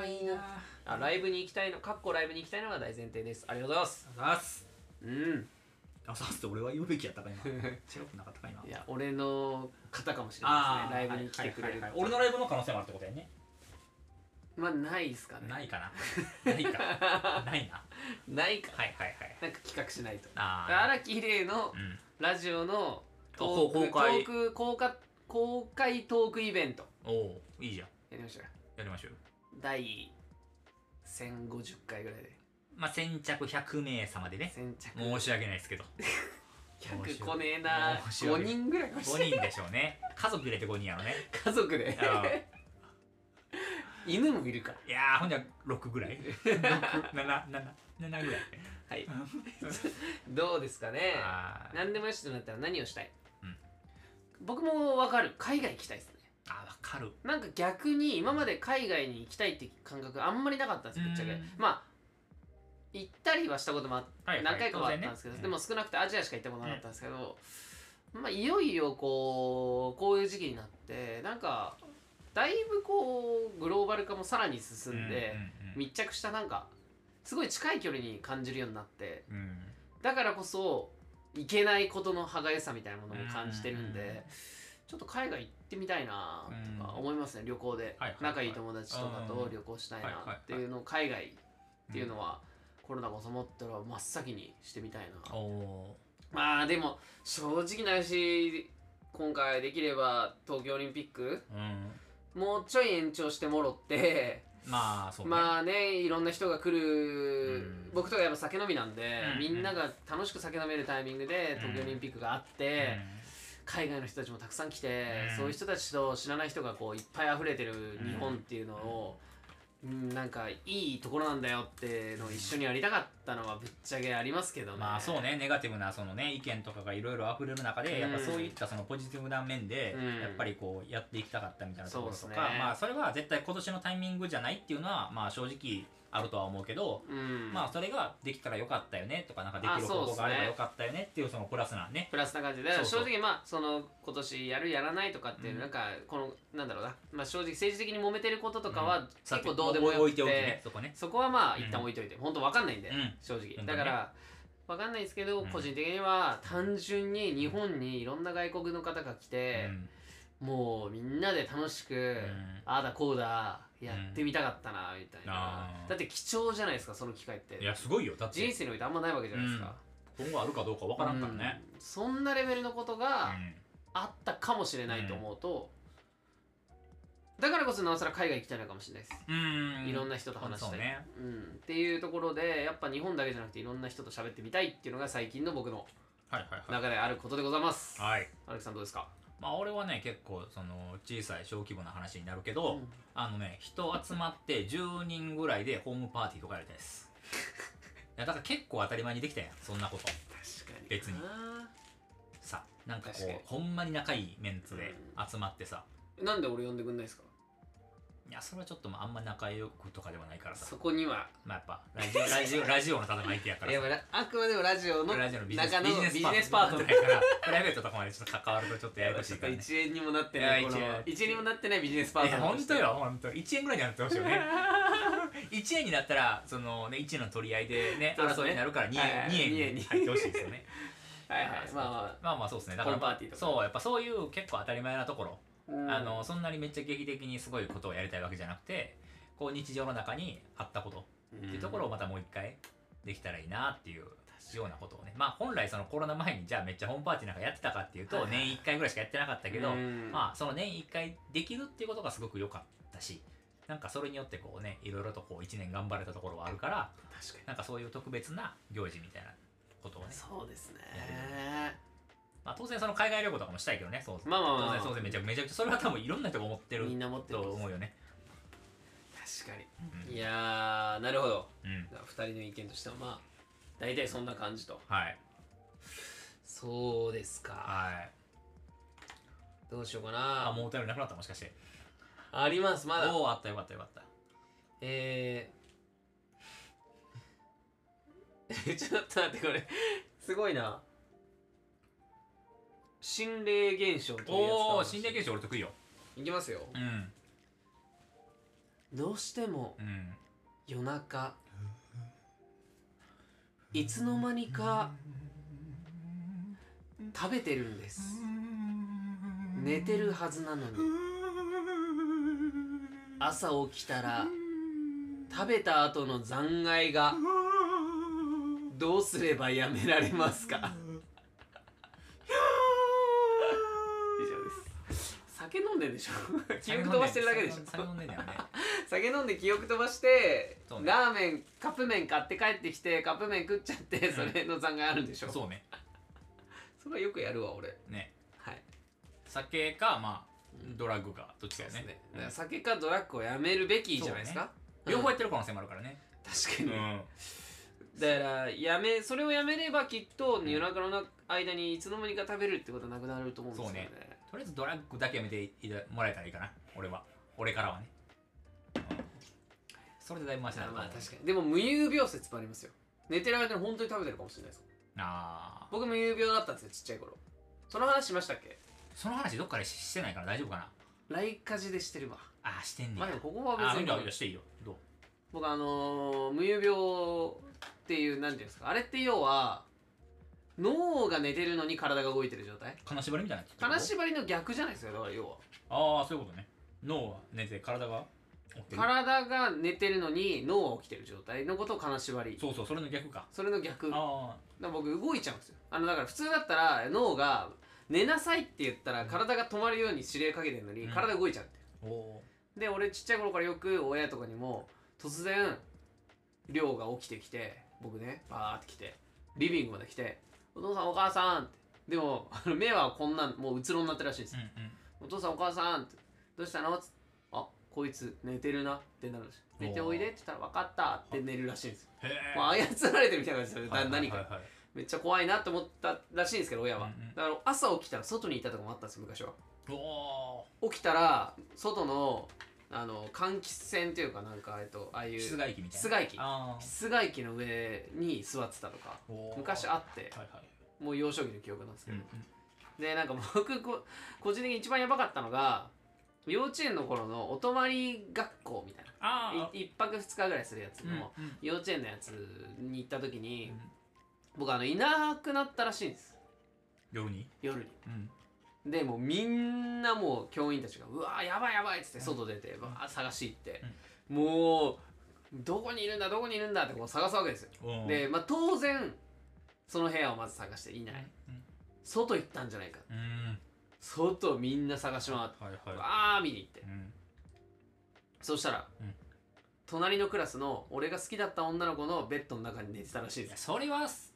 Speaker 1: ーいいなあライブに行きたいの、かっこライブに行きたいのが大前提です。ありがとうございます。
Speaker 2: あざっす
Speaker 1: うん。
Speaker 2: あさって俺は言うべきやったか今違くなかったか 今
Speaker 1: いや、俺の方かもしれ
Speaker 2: あ
Speaker 1: ないですね。ライブに来てくれる。
Speaker 2: 俺のライブの可能性もあるってことやね
Speaker 1: まあ、ないですかね。
Speaker 2: ないかなないかないな
Speaker 1: ないか。
Speaker 2: はいはいはい
Speaker 1: なんか企画しないと。
Speaker 2: あー
Speaker 1: 荒木玲の
Speaker 2: うん
Speaker 1: ラジオのト
Speaker 2: こ
Speaker 1: ーク、
Speaker 2: 公開
Speaker 1: トーク公開、公開トークイベント。
Speaker 2: おおいいじゃん
Speaker 1: やりましたよ
Speaker 2: やりましょうよ
Speaker 1: 第1050回ぐらいで。
Speaker 2: まあ先着100名様でね
Speaker 1: 先着。
Speaker 2: 申し訳ないですけど
Speaker 1: 100来ねえな。
Speaker 2: 申し
Speaker 1: 5
Speaker 2: 訳ない
Speaker 1: 人ぐらいかもしれない。
Speaker 2: 5人でしょうね家族入れて5人やろね
Speaker 1: 家族で。犬もいるから。
Speaker 2: いやーほんじゃ6ぐらい677 7ぐらい
Speaker 1: はい。どうですかね。
Speaker 2: あー
Speaker 1: 何でもよしとなったら何をしたい、
Speaker 2: うん
Speaker 1: 僕も分かる海外行きたいですね
Speaker 2: あわかる
Speaker 1: なんか逆に今まで海外に行きたいって感覚あんまりなかったんですぶっちゃけ
Speaker 2: うん
Speaker 1: まあ行ったりはしたこともあっ
Speaker 2: はいはい
Speaker 1: 何回かはあ
Speaker 2: 当
Speaker 1: っ
Speaker 2: 然
Speaker 1: た
Speaker 2: ね
Speaker 1: んですけど、でも少なくてアジアしか行ったことなかったんですけど、まあ、いよいよこうこういう時期になってなんかだいぶこうグローバル化もさらに進んで、密着したなんかすごい近い距離に感じるようになって
Speaker 2: うんうんうんうん
Speaker 1: だからこそいけないことの歯がゆさみたいなものも感じてるんで、
Speaker 2: うん
Speaker 1: ちょっと海外行ってみたいなとか思いますね、旅行で、
Speaker 2: はいはいはい
Speaker 1: 仲いい友達とかと旅行したいなっていうのを海外っていうのは、コロナが収まったら真っ先にしてみたいな、
Speaker 2: お
Speaker 1: まあでも正直な話今回できれば東京オリンピック
Speaker 2: ーうん
Speaker 1: もうちょい延長してもろって
Speaker 2: まあそうね
Speaker 1: まあねいろんな人が来る、
Speaker 2: うん
Speaker 1: 僕とかやっぱ酒飲みなんで、
Speaker 2: うん
Speaker 1: みんなが楽しく酒飲めるタイミングで東京オリンピックがあって、海外の人たちもたくさん来て、
Speaker 2: うん
Speaker 1: そういう人たちと知らない人がこういっぱい溢れてる日本っていうのを、うん、なんかいいところなんだよってのを一緒にやりたかったのはぶっちゃけありますけど
Speaker 2: う
Speaker 1: ね
Speaker 2: んまあそうねネガティブなそのね意見とかがいろいろ溢れる中で、やっぱ
Speaker 1: うん
Speaker 2: そういったそのポジティブな面で、
Speaker 1: うん
Speaker 2: やっぱりこうやっていきたかったみたいなところ
Speaker 1: そ
Speaker 2: と
Speaker 1: う
Speaker 2: か、
Speaker 1: ですね
Speaker 2: まあそれは絶対今年のタイミングじゃないっていうのはまあ正直あるとは思うけど、
Speaker 1: うん
Speaker 2: まあそれができたらよかったよねとかなんかできる
Speaker 1: あそう
Speaker 2: 方
Speaker 1: です
Speaker 2: 法
Speaker 1: ね
Speaker 2: があればよかったよねっていうそのプラスなね
Speaker 1: プラスな感じでだから
Speaker 2: そうそう
Speaker 1: 正直まあその今年やるやらないとかっていう、
Speaker 2: うん
Speaker 1: なんかこのなんだろうな、まあ、正直政治的に揉めてることとか
Speaker 2: う
Speaker 1: は結構どうでもよ
Speaker 2: 置
Speaker 1: く
Speaker 2: い
Speaker 1: て,、
Speaker 2: ておくねそこね
Speaker 1: そこはまあ
Speaker 2: うん
Speaker 1: 一旦置いといて、本当わかんないんで、
Speaker 2: うん
Speaker 1: 正直、
Speaker 2: うん
Speaker 1: だからわかんないですけど、
Speaker 2: うん
Speaker 1: 個人的には単純に日本にいろんな外国の方が来て、もうみんなで楽しく、
Speaker 2: ん
Speaker 1: ああだこうだやってみたかったなみたいな、
Speaker 2: あー
Speaker 1: だって貴重じゃないですかその機会って
Speaker 2: うんいやすごいよだっ
Speaker 1: 人
Speaker 2: て
Speaker 1: 生においてあんまないわけじゃないですか、
Speaker 2: 今後あるかどうかわからんからね、
Speaker 1: うんそんなレベルのことが、
Speaker 2: うん
Speaker 1: あったかもしれないと思うと、だからこそなおさら海外行きたいのかもしれないです、
Speaker 2: うん
Speaker 1: いろんな人と話し
Speaker 2: そ
Speaker 1: た
Speaker 2: う
Speaker 1: い、
Speaker 2: ね
Speaker 1: うん、っていうところでやっぱ日本だけじゃなくていろんな人と喋ってみたいっていうのが最近の僕の
Speaker 2: はいはいはい
Speaker 1: 中であることでございます、
Speaker 2: はい
Speaker 1: 荒木さんどうですか、
Speaker 2: まあ俺はね結構その小さい小規模な話になるけど、
Speaker 1: うん
Speaker 2: あのね人集まって10人ぐらいでホームパーティーとかやりたいです いやだから結構当たり前にできたやんそんなこと
Speaker 1: 確かに
Speaker 2: 別に
Speaker 1: な
Speaker 2: さなんかこ
Speaker 1: 確かに
Speaker 2: うほんまに仲いいメンツで集まってさ、
Speaker 1: なんで俺呼んでくんないですか
Speaker 2: いやそれはちょっとまああんま仲良くとかではないからさ
Speaker 1: そこには
Speaker 2: まあやっぱラ ジオラジオラジオの戦い手やから
Speaker 1: いや
Speaker 2: さ
Speaker 1: まああくまでもラジオの
Speaker 2: ラジオのビジネス
Speaker 1: 中の
Speaker 2: ビジネスパートナーやからプライベートとかまでちょっと関わるとちょっとややこし
Speaker 1: ち
Speaker 2: い
Speaker 1: ょっと
Speaker 2: から、ね、
Speaker 1: 1円にもなってない
Speaker 2: いや
Speaker 1: この
Speaker 2: 一円
Speaker 1: 1円にもなってないビジネスパー
Speaker 2: い
Speaker 1: ト
Speaker 2: や
Speaker 1: ナーと
Speaker 2: 本
Speaker 1: し
Speaker 2: 当
Speaker 1: て
Speaker 2: よ本当1円ぐらいになってほしいよね1円になったらそのね1円の取り合いでね
Speaker 1: そうですね
Speaker 2: 争いになるから2
Speaker 1: はいは
Speaker 2: 円
Speaker 1: い
Speaker 2: 2円
Speaker 1: 二円に
Speaker 2: に入ってほしいですよね
Speaker 1: はいはいまあま
Speaker 2: まあまあそうですねだから
Speaker 1: ホームパーティーとか
Speaker 2: そうやっぱそういう結構当たり前なところ、
Speaker 1: あ、うん
Speaker 2: あのそんなにめっちゃ劇的にすごいことをやりたいわけじゃなくてこう日常の中にあったことっていうところをまたもう一回できたらいいなっていうようなことをねまあ本来そのコロナ前にじゃあめっちゃホームパーティーなんかやってたかっていうと
Speaker 1: はいはい
Speaker 2: 年1回ぐらいしかやってなかったけど、
Speaker 1: うん
Speaker 2: まあその年1回できるっていうことがすごく良かったしなんかそれによってこうねいろいろとこう1年頑張れたところはあるから
Speaker 1: 確かに
Speaker 2: なんかそういう特別な行事みたいなことをね、
Speaker 1: そうですね
Speaker 2: まあ、当然その海外旅行とかもしたいけどねそう
Speaker 1: まあまあまあ
Speaker 2: 当
Speaker 1: まあ
Speaker 2: 然当然めちゃめちゃくちゃそれは多分いろんな人が思ってる
Speaker 1: みんな持ってる
Speaker 2: と思うよね、
Speaker 1: 確かに
Speaker 2: うん
Speaker 1: いやーなるほど
Speaker 2: うん
Speaker 1: 2人の意見としてはまあ大体そんな感じと
Speaker 2: はい
Speaker 1: そうですか
Speaker 2: はい
Speaker 1: どうしようか
Speaker 2: あ
Speaker 1: な
Speaker 2: もうお便りなくなったもしかして
Speaker 1: ありますまだ
Speaker 2: おおあったよかったよかった
Speaker 1: えー ちょっと待ってこれすごいな心霊現象というやつか
Speaker 2: おおー心霊現象俺得意よ
Speaker 1: いきますよ
Speaker 2: うん
Speaker 1: どうしても
Speaker 2: うん
Speaker 1: 夜中いつの間にか食べてるんです寝てるはずなのに朝起きたら食べた後の残骸がどうすればやめられますか以上です酒飲んでんで しょ記憶飛ばしてるだけでしょ
Speaker 2: 酒飲んでんだよね
Speaker 1: 酒飲んで記憶飛ばして、
Speaker 2: そうね
Speaker 1: ラーメンカップ麺買って帰ってきてカップ麺食っちゃってそれの残骸あるんでしょ、
Speaker 2: そうね
Speaker 1: それはよくやるわ俺
Speaker 2: ね
Speaker 1: はい
Speaker 2: 酒かまあドラッグかどっちか
Speaker 1: で
Speaker 2: よ
Speaker 1: す
Speaker 2: ね
Speaker 1: ねだから酒かドラッグをやめるべきじゃないですか、
Speaker 2: うん両方やってる可能性もあるからね
Speaker 1: 確か
Speaker 2: う
Speaker 1: に、だからやめそれをやめればきっと
Speaker 2: うん
Speaker 1: 夜中の間にいつの間にか食べるってことはなくなると思うんですよね
Speaker 2: そとりあえずドラッグだけやめていたもらえたらいいかな俺は俺からはねうんそれでだいぶマシな
Speaker 1: あ
Speaker 2: の
Speaker 1: まあ
Speaker 2: も
Speaker 1: 確かにでも無遊病説もありますよ寝てる間に本当に食べてるかもしれないです
Speaker 2: あー
Speaker 1: 僕も有病だったんですよちっちゃい頃その話しましたっけ
Speaker 2: その話どっかでししてないから大丈夫かな
Speaker 1: 来火事でしてるわ
Speaker 2: あーしてんねん
Speaker 1: まあでもここは
Speaker 2: あー
Speaker 1: 別
Speaker 2: いい
Speaker 1: に
Speaker 2: よいいよしていいよどう
Speaker 1: 僕あのー無遊病っていうなんていうんですかあれって要は脳が寝てるのに体が動いてる状態
Speaker 2: 金縛りみたいなやつってこと
Speaker 1: 金縛りの逆じゃないですかだから要は
Speaker 2: ああそういうことね脳は寝て体が起きてる
Speaker 1: 体が寝てるのに脳が起きてる状態のことを金縛り
Speaker 2: そうそうそれの逆か
Speaker 1: それの逆だか
Speaker 2: あ
Speaker 1: ら僕動いちゃうんですよあのだから普通だったら脳が寝なさいって言ったら体が止まるように指令かけてるのに
Speaker 2: うん
Speaker 1: 体動いちゃうって
Speaker 2: あおお
Speaker 1: で俺ちっちゃい頃からよく親とかにも突然亮が起きてきて僕ねバーって来てリビングまで来て「お父さんお母さん」ってでもあの目はこんなんもううつろになってるらしいんです
Speaker 2: うん
Speaker 1: よ
Speaker 2: うん
Speaker 1: 「お父さんお母さん」って「どうしたの?」つって「あこいつ寝てるな」ってなるんですよ「寝ておいで」って言ったら「分かった」って寝るらしいんですよ
Speaker 2: へえ、
Speaker 1: もう操られてるみたいな感じですよ
Speaker 2: はい
Speaker 1: な何
Speaker 2: はい
Speaker 1: か
Speaker 2: はいはい
Speaker 1: めっちゃ怖いなって思ったらしいんですけど親は
Speaker 2: うんうん
Speaker 1: だから朝起きたら外にいたとかもあったんですよ昔は
Speaker 2: おお
Speaker 1: 起きたら外のあの換気扇というかなんかえっとああいう
Speaker 2: 室外機みたいな
Speaker 1: 室外機
Speaker 2: ああ
Speaker 1: 室外機の上に座ってたとか昔
Speaker 2: は
Speaker 1: あって
Speaker 2: いはい
Speaker 1: もう幼少期の記憶なんですけ
Speaker 2: うん
Speaker 1: ど、
Speaker 2: うん
Speaker 1: でなんか僕こ個人的に一番やばかったのが幼稚園の頃のお泊まり学校みたいな
Speaker 2: あ
Speaker 1: い一泊二日ぐらいするやつ
Speaker 2: あ
Speaker 1: の、
Speaker 2: うん
Speaker 1: 幼稚園のやつに行った時に
Speaker 2: うん
Speaker 1: 僕あのいなくなったらしいんです
Speaker 2: 夜に
Speaker 1: 夜に
Speaker 2: うん
Speaker 1: でもうみんなもう教員たちが「うわーやばいやばい」っつって外出てバー探し行って、もうどこにいるんだどこにいるんだってこう探すわけですよ、
Speaker 2: おー
Speaker 1: で、まあ、当然その部屋をまず探していない、
Speaker 2: うん
Speaker 1: 外行ったんじゃないか
Speaker 2: うん
Speaker 1: 外をみんな探し回って、
Speaker 2: はいはい
Speaker 1: わー見に行って、
Speaker 2: うん
Speaker 1: そうしたら、
Speaker 2: うん
Speaker 1: 隣のクラスの俺が好きだった女の子のベッドの中に寝てたらしいん
Speaker 2: い
Speaker 1: で
Speaker 2: や
Speaker 1: す
Speaker 2: それはす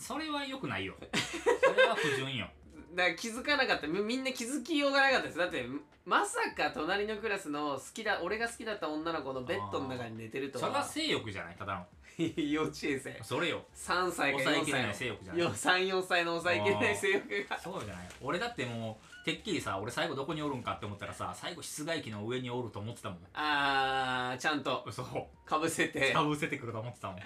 Speaker 2: それは良くないよそれは不純よ
Speaker 1: だから気づかなかったみみんな気づきようがなかったですだってまさか隣のクラスの好きだ俺が好きだった女の子のベッドの中に寝てると
Speaker 2: それは
Speaker 1: は
Speaker 2: 性欲じゃないただの
Speaker 1: 幼稚園生
Speaker 2: それよ
Speaker 1: 3歳か
Speaker 2: 抑え
Speaker 1: 4
Speaker 2: きれない
Speaker 1: 歳
Speaker 2: 性欲じゃ
Speaker 1: の
Speaker 2: ない
Speaker 1: よ34歳の抑えきれない性欲が
Speaker 2: そうじゃない俺だってもうてっきりさ俺最後どこにおるんかって思ったらさ最後室外機の上におると思ってたもん
Speaker 1: あーちゃんと
Speaker 2: 嘘
Speaker 1: かぶせて
Speaker 2: かぶせてくると思ってたもん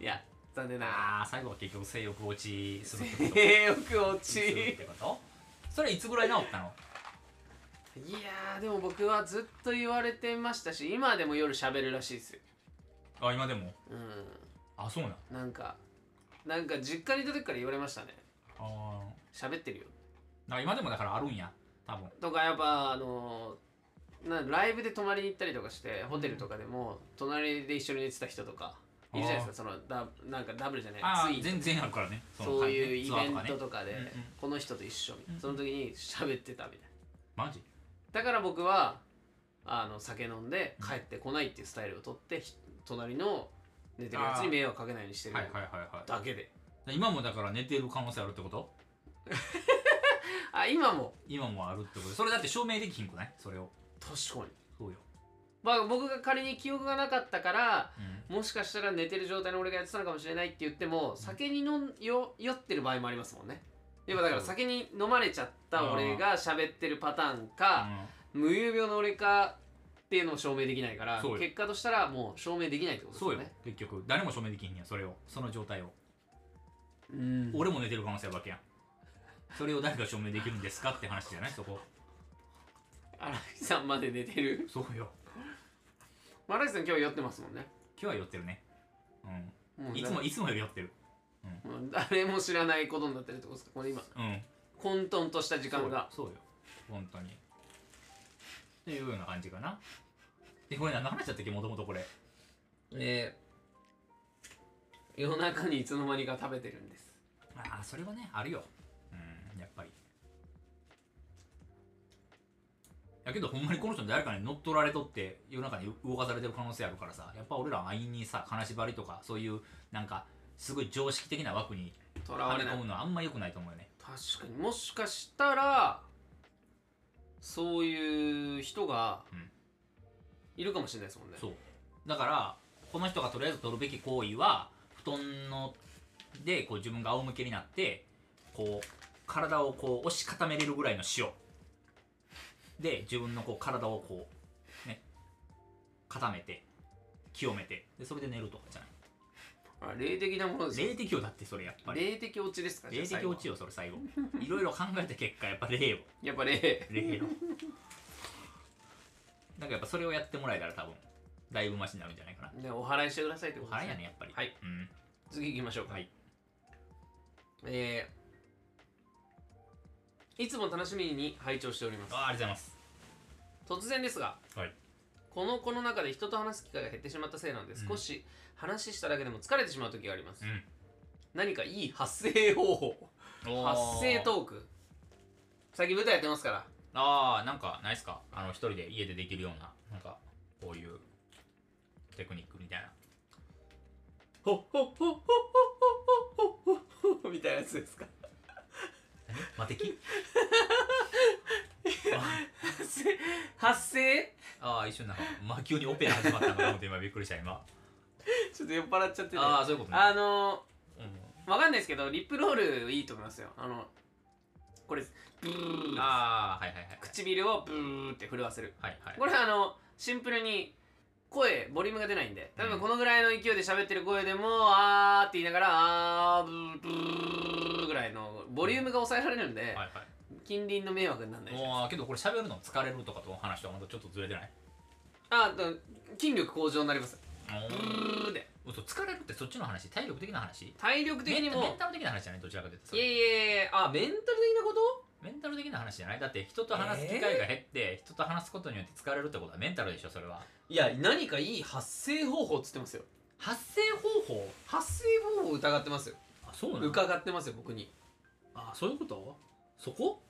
Speaker 1: いや残念ながら
Speaker 2: ああ最後は結局性欲落ちするってこと
Speaker 1: 性欲落
Speaker 2: す
Speaker 1: ち
Speaker 2: るってことそれいつぐらい治ったの
Speaker 1: いやーでも僕はずっと言われてましたし今でも夜喋るらしいですよ
Speaker 2: あ今でも
Speaker 1: うん
Speaker 2: あそうなん
Speaker 1: なんかなんか実家にいた時から言われましたね
Speaker 2: あ
Speaker 1: 喋ってるよ
Speaker 2: ーあ今でもだからあるんや多分
Speaker 1: とかやっぱあのーなライブで泊まりに行ったりとかしてホテルとかでも隣で一緒に寝てた人とかいるじゃないですかそのダなんかダブルじゃ
Speaker 2: あ
Speaker 1: ない
Speaker 2: あ
Speaker 1: ツイン
Speaker 2: 全然あるからねの
Speaker 1: そういうイ
Speaker 2: ツアー
Speaker 1: ベン
Speaker 2: ね
Speaker 1: トとかで
Speaker 2: うんうん
Speaker 1: この人と一緒みたい
Speaker 2: うんうん
Speaker 1: なその時に喋ってたみたい
Speaker 2: マジ
Speaker 1: なだから僕はあの酒飲んで帰ってこないっていうスタイルをとってひ隣の寝てるやつに迷惑かけないようにしてる
Speaker 2: はいはいはいはい
Speaker 1: だけで
Speaker 2: で今もだから寝てる可能性あるってこと
Speaker 1: あ今も
Speaker 2: 今もあるってことそれだって証明できひんくないそれを
Speaker 1: 確かに
Speaker 2: そうよ、
Speaker 1: まあ僕が仮に記憶がなかったから
Speaker 2: うん、
Speaker 1: もしかしたら寝てる状態の俺がやってたのかもしれないって言っても酒に飲んよ酔ってる場合もありますもんねやっぱだから酒に飲まれちゃった俺が喋ってるパターンか
Speaker 2: うん
Speaker 1: 無遊病の俺かっていうのを証明できないから
Speaker 2: そうよ
Speaker 1: 結果としたらもう証明できないってこと
Speaker 2: そ
Speaker 1: で
Speaker 2: う
Speaker 1: す
Speaker 2: よ
Speaker 1: よね
Speaker 2: 結局誰も証明できひんやんそれをその状態を
Speaker 1: うん
Speaker 2: 俺も寝てる可能性あるわけやんそれを誰が証明できるんですかって話じゃないそこ
Speaker 1: 荒木さんまで寝てる
Speaker 2: そうよ
Speaker 1: 荒木さん今日酔ってますもんね
Speaker 2: 今日は酔ってるねう
Speaker 1: も
Speaker 2: ん
Speaker 1: う
Speaker 2: いつもいつもより酔ってる
Speaker 1: もう誰も知らないことになってるってことですかこれ今
Speaker 2: うん
Speaker 1: 混沌とした時間が
Speaker 2: そうよそうよ本当にっていうような感じかなでこれ何の話だったっけもともとこれ
Speaker 1: えー夜中にいつの間にか食べてるんです
Speaker 2: ああそれはねあるようんやっぱりやけどほんまにこの人誰かに乗っ取られとって世の中に動かされてる可能性あるからさやっぱ俺らは安易にさ金縛りとかそういうなんかすごい常識的な枠に
Speaker 1: 囚
Speaker 2: は
Speaker 1: わ
Speaker 2: め
Speaker 1: れない
Speaker 2: 込むのはあんま良くないと思うよね
Speaker 1: 確かにもしかしたらそういう人が
Speaker 2: うん
Speaker 1: いるかもしれないですもんね、
Speaker 2: そうだからこの人がとりあえず取るべき行為は布団のでこう自分が仰向けになってこう体をこう押し固めれるぐらいの塩で自分のこう体をこうね固めて清めてでそれで寝るとかじゃな
Speaker 1: あ
Speaker 2: い
Speaker 1: 霊的なものですよ
Speaker 2: 霊的よだってそれやっぱり
Speaker 1: 霊的落ちですか
Speaker 2: 霊的落ち
Speaker 1: よ
Speaker 2: よそれ最後いろいろ考えた結果やっぱ霊よ
Speaker 1: やっぱ霊
Speaker 2: 霊よなんかやっぱそれをやってもらえたら多分だいぶマシになるんじゃないかな
Speaker 1: でお祓いしてくださいって
Speaker 2: お
Speaker 1: こと
Speaker 2: 払いやねやっぱり
Speaker 1: はい、
Speaker 2: うん、
Speaker 1: 次行きましょうか
Speaker 2: はい
Speaker 1: えーいつも楽しみに拝聴しております
Speaker 2: あーありがとうございます
Speaker 1: 突然ですが、
Speaker 2: はい
Speaker 1: この子の中で人と話す機会が減ってしまったせいなんで
Speaker 2: うん
Speaker 1: 少し話しただけでも疲れてしまう時があります、
Speaker 2: うん
Speaker 1: 何かいい発声方法発声
Speaker 2: と
Speaker 1: トーク最近舞台やってますから
Speaker 2: ああなんかないっすかあの一人で家でできるようななんかこういうテクニックみたいな
Speaker 1: ほっほっほっほっほっほっほっほっみたいなやつですか
Speaker 2: 魔 的
Speaker 1: 発声発声
Speaker 2: ああ一瞬なんか魔球にオペラ始まったのかと思って今びっくりした 今
Speaker 1: ちょっと酔っ払っちゃってて
Speaker 2: ああそういうことね
Speaker 1: あの
Speaker 2: うん
Speaker 1: ー、わかんないですけどリップロールいいと思いますよあのこれブルー
Speaker 2: ああはいはいはい
Speaker 1: 唇をブーって震わせる
Speaker 2: はいはい
Speaker 1: これはあのシンプルに声ボリュームが出ないんで多分このぐらいの勢いで喋ってる声でも、あーって言いながらあーブーブーぐらいのボリュームが抑えられるんで、
Speaker 2: はい
Speaker 1: 近隣の迷惑にならない
Speaker 2: はい
Speaker 1: じゃない
Speaker 2: もうけどこれ喋るの疲れるとかとの話とはまたちょっとずれてない
Speaker 1: あーと筋力向上になります
Speaker 2: お
Speaker 1: ブーで
Speaker 2: 嘘疲れるってそっちの話体力的な話
Speaker 1: 体力的に
Speaker 2: メンメ
Speaker 1: も
Speaker 2: ンタル的な話じゃないどちらかというとそ
Speaker 1: い
Speaker 2: れ
Speaker 1: やいやいやあメンタル的なこと
Speaker 2: メンタル的な話じゃないだって人と話す機会が減って人と話すことによって疲れるってことはメンタルでしょそれはい
Speaker 1: や何かいい発声方法っつってますよ
Speaker 2: 発声方法
Speaker 1: 発声方法を疑ってますよ
Speaker 2: あそうなの
Speaker 1: 伺ってますよ僕に
Speaker 2: あそういうことそこ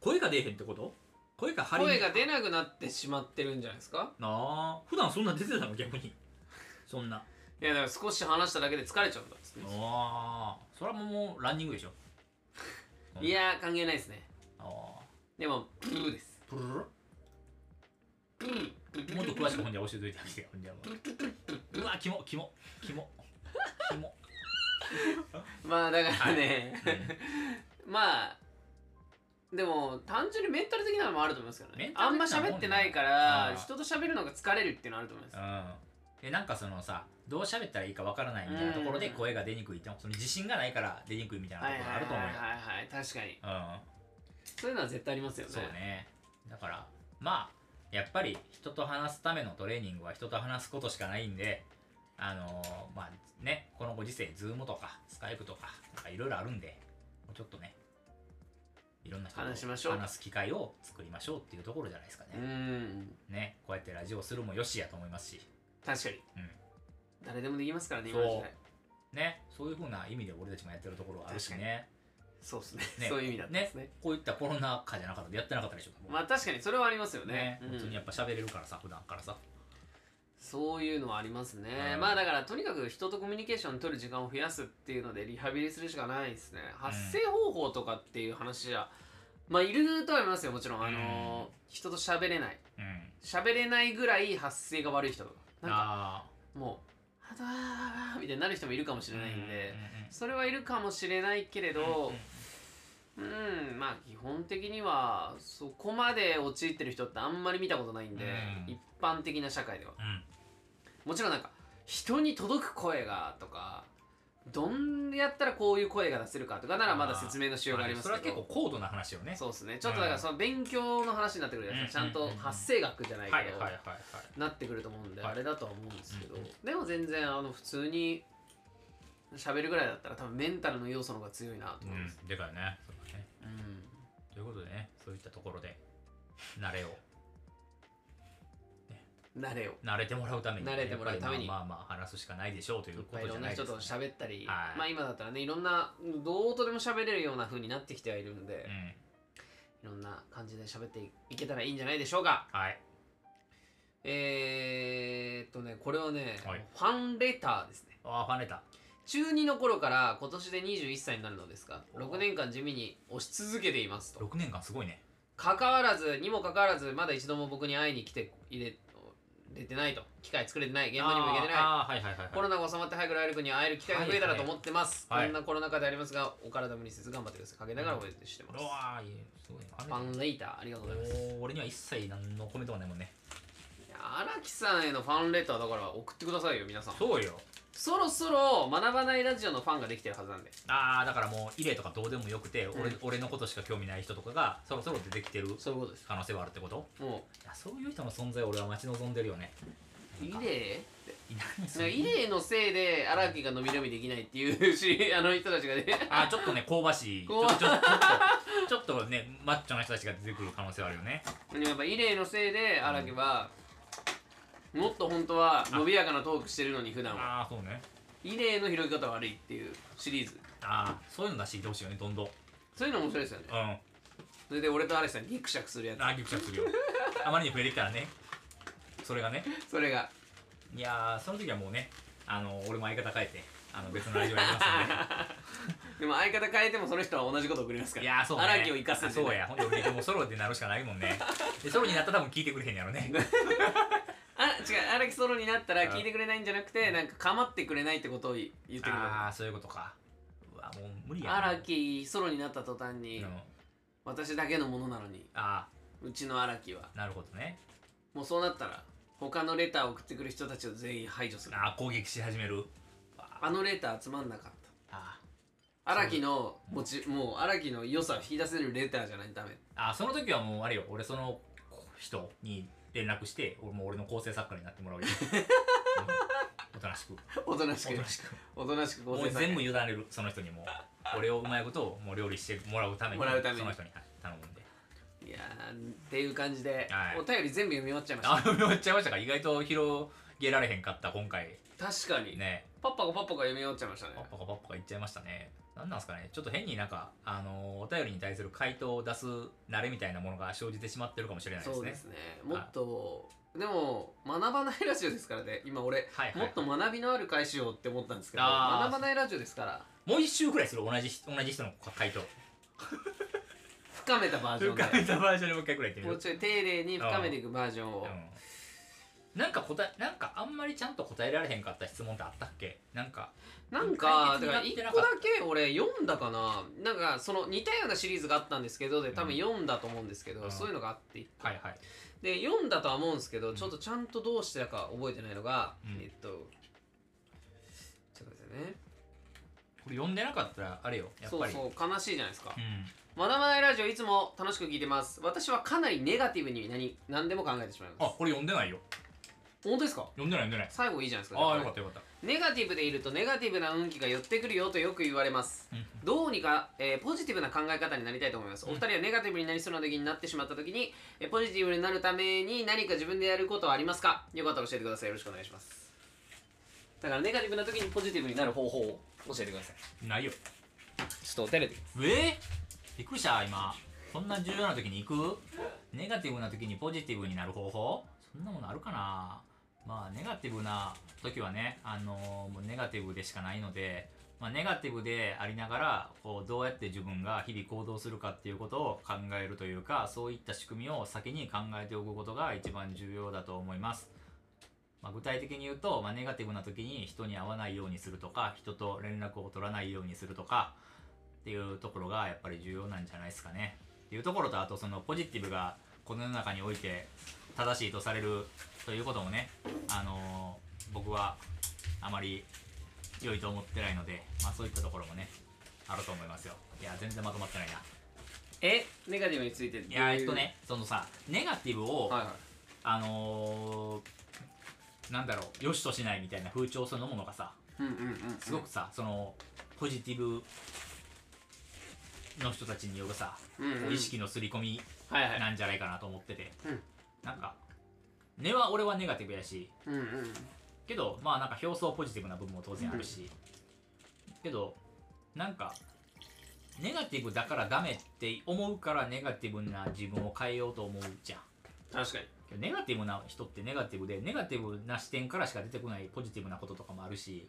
Speaker 2: 声が出えへんってこと声が張り
Speaker 1: 声が出
Speaker 2: な
Speaker 1: なくなってしまってるんじゃないですか
Speaker 2: あ普段そんな出てたの逆にそ んない
Speaker 1: やだから少し話しただけで疲れちゃったんですね
Speaker 2: ああそれはもうランニングでしょうん
Speaker 1: いやー関係ないですね
Speaker 2: ああ
Speaker 1: でもブーです
Speaker 2: プルル
Speaker 1: ブーブー
Speaker 2: もっと詳しくほんじゃ教えといてあげてよほんじゃもううわキモキモキモキモ、
Speaker 1: まあだからね、
Speaker 2: うん
Speaker 1: まあでも単純にメンタル的なのもあると思いますけど
Speaker 2: メ
Speaker 1: ね
Speaker 2: ンタ
Speaker 1: あ
Speaker 2: ル
Speaker 1: ん
Speaker 2: 的
Speaker 1: ま
Speaker 2: なもんね
Speaker 1: 喋ってないから
Speaker 2: あー
Speaker 1: 人と喋るのが疲れるっていうのあると思います
Speaker 2: うんえなんかそのさどう喋ったらいいかわからないみたいなところで
Speaker 1: うん
Speaker 2: 声が出にくいってその自信がないから出にくいみたいな
Speaker 1: はい
Speaker 2: と
Speaker 1: はいはい
Speaker 2: ころがあると思うよ、
Speaker 1: はいはい確かにそういうのは絶対ありますよ
Speaker 2: う
Speaker 1: ね
Speaker 2: んそうねだからまあやっぱり人と話すためのトレーニングは人と話すことしかないんであのーまあねこのご時世ズームとかスカイプとかなんかいろいろあるんでもうちょっとねいろんな人と
Speaker 1: 話しましょう
Speaker 2: 話す機会を作りましょうっていうところじゃないですか
Speaker 1: うー
Speaker 2: ね,、
Speaker 1: ん
Speaker 2: ねこうやってラジオするもよしやと思いますし
Speaker 1: 確かに、
Speaker 2: うん
Speaker 1: 誰でもできますからね
Speaker 2: そ
Speaker 1: 今
Speaker 2: う
Speaker 1: の時代
Speaker 2: ねそういうふうな意味で俺たちもやってるところはあるしね
Speaker 1: そうですね
Speaker 2: ね
Speaker 1: そういう意味だったんですね
Speaker 2: こういったコロナ禍じゃなかったらやってなかったでしょ多分
Speaker 1: まあ確かにそれはありますよね
Speaker 2: ね、
Speaker 1: うん
Speaker 2: 普通にやっぱ喋れるからさ普段からさ
Speaker 1: そういうのはありますね、
Speaker 2: うん
Speaker 1: まあだからとにかく人とコミュニケーション取る時間を増やすっていうのでリハビリするしかないですね発声方法とかっていう話じゃまあいるとは思いますよもちろんあのー
Speaker 2: うん
Speaker 1: 人と喋れない
Speaker 2: うん
Speaker 1: 喋れないぐらい発声が悪い人とかなんか
Speaker 2: あ
Speaker 1: もう「あとあーみたいになる人もいるかもし
Speaker 2: ー
Speaker 1: れないんで、
Speaker 2: うんうんうん
Speaker 1: それはいるかもしれないけれどうん、まあ基本的にはそこまで陥ってる人ってあんまり見たことないんで、
Speaker 2: うん
Speaker 1: 一般的な社会では。
Speaker 2: うん
Speaker 1: もちろんなんか人に届く声がとかどんやったらこういう声が出せるかとかならまだ説明のしようがあります
Speaker 2: それは
Speaker 1: け
Speaker 2: 結
Speaker 1: ど
Speaker 2: 構高度な話よね
Speaker 1: そうですねちょっとだからその勉強の話になってくるじゃないですかちゃんと発声学じゃないけ
Speaker 2: はいはいはい
Speaker 1: ど
Speaker 2: はい
Speaker 1: なってくると思うんで
Speaker 2: はい
Speaker 1: あれだとは思うんですけど
Speaker 2: うんうん
Speaker 1: でも全然あの普通に喋るぐらいだったら多分メンタルの要素の方が強いなと思います
Speaker 2: うんでかいねそうだね
Speaker 1: うん
Speaker 2: ということでねそういったところで慣れを
Speaker 1: 慣れを
Speaker 2: 慣れてもらうために
Speaker 1: 慣れてもらうために
Speaker 2: やっぱりまあまあまあ話すしかないでしょうとい
Speaker 1: いうっ
Speaker 2: こ
Speaker 1: ぱいい
Speaker 2: と
Speaker 1: ろ
Speaker 2: じゃ
Speaker 1: ん
Speaker 2: な
Speaker 1: ない
Speaker 2: で
Speaker 1: 人
Speaker 2: すか
Speaker 1: と喋ったり
Speaker 2: はい
Speaker 1: まあ今だったらねいろんなどうとでも喋れるような風になってきてはいるんで
Speaker 2: うん
Speaker 1: いろんな感じで喋っていけたらいいんじゃないでしょうか
Speaker 2: はい
Speaker 1: えー、っとねこれはね、
Speaker 2: はい
Speaker 1: ファンレターですね
Speaker 2: ああファンレター
Speaker 1: 中2の頃から今年で21歳になるのですが
Speaker 2: おー
Speaker 1: 6年間地味に推し続けていますと
Speaker 2: 6年間すごいね
Speaker 1: 関わらずにもかかわらずまだ一度も僕に会いに来て入れ入れてないと機会作れてない現場にも行けてない
Speaker 2: あーあーはいはいはいはい
Speaker 1: コロナが収まって早くライル君に会える機会が増えたらと思ってます、
Speaker 2: はいは
Speaker 1: こ
Speaker 2: い
Speaker 1: んなコロナ禍でありますがお体無理せず頑張ってくださいかけながら応援してます、
Speaker 2: うわーいいすごいねファンレ
Speaker 1: フ
Speaker 2: ター
Speaker 1: ァンレターありがとうございます
Speaker 2: おー俺には一切何のコメントもないもんね
Speaker 1: いや荒木さんへのファンレターだから送ってくださいよ皆さん
Speaker 2: そうよ
Speaker 1: そろそろ学ばないラジオのファンができてるはずなんで
Speaker 2: ああだからもう入れとかどうでもよくて、
Speaker 1: うん
Speaker 2: 俺俺のことしか興味ない人とかがそろそろ出てきてる
Speaker 1: そういうことです
Speaker 2: 可能性はあるってこと
Speaker 1: も
Speaker 2: いやそういう人の存在を俺は待ち望んでるよね
Speaker 1: うイレ
Speaker 2: いない
Speaker 1: ーイレーのせいで荒木が伸び伸びできないっていうし あの人たちがね
Speaker 2: あーちょっとね香ばしいちょ
Speaker 1: こう
Speaker 2: っとちょっとちょっとちょっとねマッチョな人たちが出てくる可能性はあるよね
Speaker 1: でもやっぱイレーのせいで荒木はもっと本当は伸びやかなトークしてるのに普段は
Speaker 2: ああそうね
Speaker 1: イレーの拾い方悪いっていうシリーズ
Speaker 2: ああそういうの出していってほしいよねどんどんうん
Speaker 1: そういうの面白いですよね
Speaker 2: あ
Speaker 1: それで俺と荒木さんギクシャクするや
Speaker 2: ーギクシャクするよあまりに増えてきたらねそれがね
Speaker 1: つそれが
Speaker 2: いやーその時はもうねあの俺も相方変えてあの別のラジオやりますんで
Speaker 1: でも相方変えてもその人は同じこと送りますから
Speaker 2: いやーそうね
Speaker 1: 荒木を生かすんでね
Speaker 2: そうやほんで俺もうソロでなるしかないもん ねでソロになったら多分聞いてくれへんやろね
Speaker 1: あ違う荒木ソロになったら聞いてくれないんじゃなくてなんか構ってくれないってことを言ってくれる
Speaker 2: ああそういうことかうわもう無理やな
Speaker 1: 荒木ソロになった途端に、
Speaker 2: うん
Speaker 1: 私だけのものなのに
Speaker 2: あ
Speaker 1: うちの荒木は
Speaker 2: あなるほどね
Speaker 1: もうそうなったら他のレターを送ってくる人たちを全員排除する
Speaker 2: ああ攻撃し始める
Speaker 1: あのレターつまんなかっ
Speaker 2: あ
Speaker 1: た荒木の持ちもう荒木の良さを引き出せるレターじゃないと ダメ
Speaker 2: ーあーその時はもうあれよ俺その人に連絡して俺もう俺の構成作家になっても らうよ、うんおとなしく
Speaker 1: おとなし
Speaker 2: おと
Speaker 1: く
Speaker 2: なしく
Speaker 1: おとなしく
Speaker 2: も
Speaker 1: 構
Speaker 2: う
Speaker 1: 成
Speaker 2: 全部委ねるその人 にもう俺をうまいことをもう料理してもらうために
Speaker 1: もらうために
Speaker 2: その人にはい頼むんで
Speaker 1: いやーっていう感じで、
Speaker 2: はい
Speaker 1: お便り全部読み終わっちゃいま
Speaker 2: あ読み終わっちゃいましたか意外と広げられへんかった今回
Speaker 1: した確かに、
Speaker 2: ね
Speaker 1: パッパがパッパが読み終わっちゃいましたね
Speaker 2: パッパカパッパカ言っちゃいましたねなんなんですかねちょっと変になんかあのーお便りに対する回答を出す慣れみたいなものが生じてしまってるかもしれないですね
Speaker 1: そうですねもっとでも学ばないラジオですからね今俺
Speaker 2: はいはい、
Speaker 1: もっと学びのある回しようって思ったんですけど
Speaker 2: あー
Speaker 1: 学ばないラジオですから
Speaker 2: もう一周くらいする同じ人同じ人の回答
Speaker 1: 深めたバージョンで
Speaker 2: 深めたバージョンでもう一回くらい言って
Speaker 1: も
Speaker 2: み
Speaker 1: う
Speaker 2: る、
Speaker 1: ちょい丁寧に深めていくバージョンを
Speaker 2: うん、なんか答えなんかあんまりちゃんと答えられへんかった質問ってあったっけなんか
Speaker 1: なんか
Speaker 2: 解
Speaker 1: だ
Speaker 2: 決
Speaker 1: か
Speaker 2: にな
Speaker 1: ら
Speaker 2: って
Speaker 1: 1
Speaker 2: なか
Speaker 1: 個
Speaker 2: った
Speaker 1: だけ俺読んだかななんかその似たようなシリーズがあったんですけどで多分
Speaker 2: うん
Speaker 1: 読んだと思うんですけど、
Speaker 2: うん
Speaker 1: そういうのがあって
Speaker 2: はいはい
Speaker 1: で読んだとは思うんですけど、
Speaker 2: ん
Speaker 1: ちょっとちゃんとどうしてたか覚えてないのが、
Speaker 2: うん
Speaker 1: えっとちょっと待ってね
Speaker 2: これ読んでなかったらあれよやっ
Speaker 1: そ
Speaker 2: ぱ
Speaker 1: う
Speaker 2: り
Speaker 1: そう悲しいじゃないですか、
Speaker 2: うん
Speaker 1: 学ばないラジオいつも楽しく聞いてます私はかなりネガティブに何何でも考えてしまいま
Speaker 2: あ
Speaker 1: す
Speaker 2: これ読んでないよ
Speaker 1: 本当ですか
Speaker 2: 読んでない読んでない
Speaker 1: 最後いいじゃないですか
Speaker 2: ああ
Speaker 1: だ
Speaker 2: よかっ
Speaker 1: ら
Speaker 2: たよかった
Speaker 1: ネガティブでいるとネガティブな運気が寄ってくるよとよく言われます
Speaker 2: うん
Speaker 1: どうにか、えーポジティブな考え方になりたいと思いますお二人はネガティブになりそうな時になってしまった時に、えーポジティブになるために何か自分でやることはありますかよかったら教えてくださいよろしくお願いしますだからネガティブな時にポジティブになる方法を教えてください
Speaker 2: ないよ
Speaker 1: ちょっと照れて
Speaker 2: えー、びっくりした今そんな重要な時に行くネガティブな時にポジティブになる方法そんなものあるかなまあネガティブな時はねあのーもうネガティブでしかないので、まあ、ネガティブでありながらこうどうやって自分が日々行動するかっていうことを考えるというかそういった仕組みを先に考えておくことが一番重要だと思いますまあ、具体的に言うと、まあ、ネガティブな時に人に会わないようにするとか人と連絡を取らないようにするとかっていうところがやっぱり重要なんじゃないですかねっていうところとあとそのポジティブがこの世の中において正しいとされるということもねあのー僕はあまり良いと思ってないので、まあ、そういったところもねあると思いますよいや全然まとまってないな
Speaker 1: えネガティブについてい
Speaker 2: いやえっとねそのさネガティブを、
Speaker 1: はいはい
Speaker 2: あのーなんだろう良しとしないみたいな風潮そのものがさ
Speaker 1: うんうんうん
Speaker 2: すごくさ、そのポジティブの人たちによるさ、
Speaker 1: うんうん
Speaker 2: 意識の刷り込み
Speaker 1: はいはい
Speaker 2: なんじゃないかなと思ってて、
Speaker 1: うん
Speaker 2: なんか根は俺はネガティブやし
Speaker 1: うんうん
Speaker 2: けどまあなんか表層ポジティブな部分も当然あるし、けどなんかネガティブだからダメって思うからネガティブな自分を変えようと思うじゃん
Speaker 1: 確かに
Speaker 2: けどネガティブな人ってネガティブでネガティブな視点からしか出てこないポジティブなこととかもあるし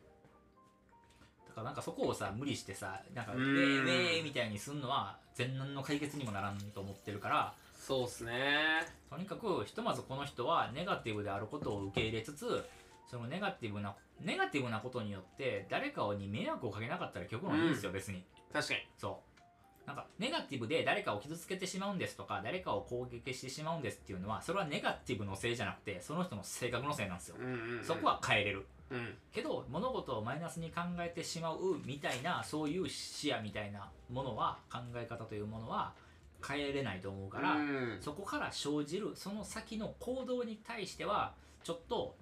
Speaker 2: だからなんかそこをさ無理してさなんか
Speaker 1: う
Speaker 2: 「ウ
Speaker 1: ー
Speaker 2: ェ
Speaker 1: ん
Speaker 2: ーウェー」みたいにすんのは全然の解決にもならんと思ってるから
Speaker 1: そうっすね
Speaker 2: とにかくひとまずこの人はネガティブであることを受け入れつつそのネガティブなネガティブなことによって誰かに迷惑をかけなかったら結構ないいんですよ、別に
Speaker 1: 確かに
Speaker 2: そうなんかネガティブで誰かを傷つけてしまうんですとか誰かを攻撃してしまうんですっていうのはそれはネガティブのせいじゃなくてその人の性格のせいなんですよ
Speaker 1: うんうんうん
Speaker 2: そこは変えれる
Speaker 1: うん
Speaker 2: けど物事をマイナスに考えてしまうみたいなそういう視野みたいなものは考え方というものは変えれないと思うから、
Speaker 1: うん
Speaker 2: そこから生じるその先の行動に対してはちょっと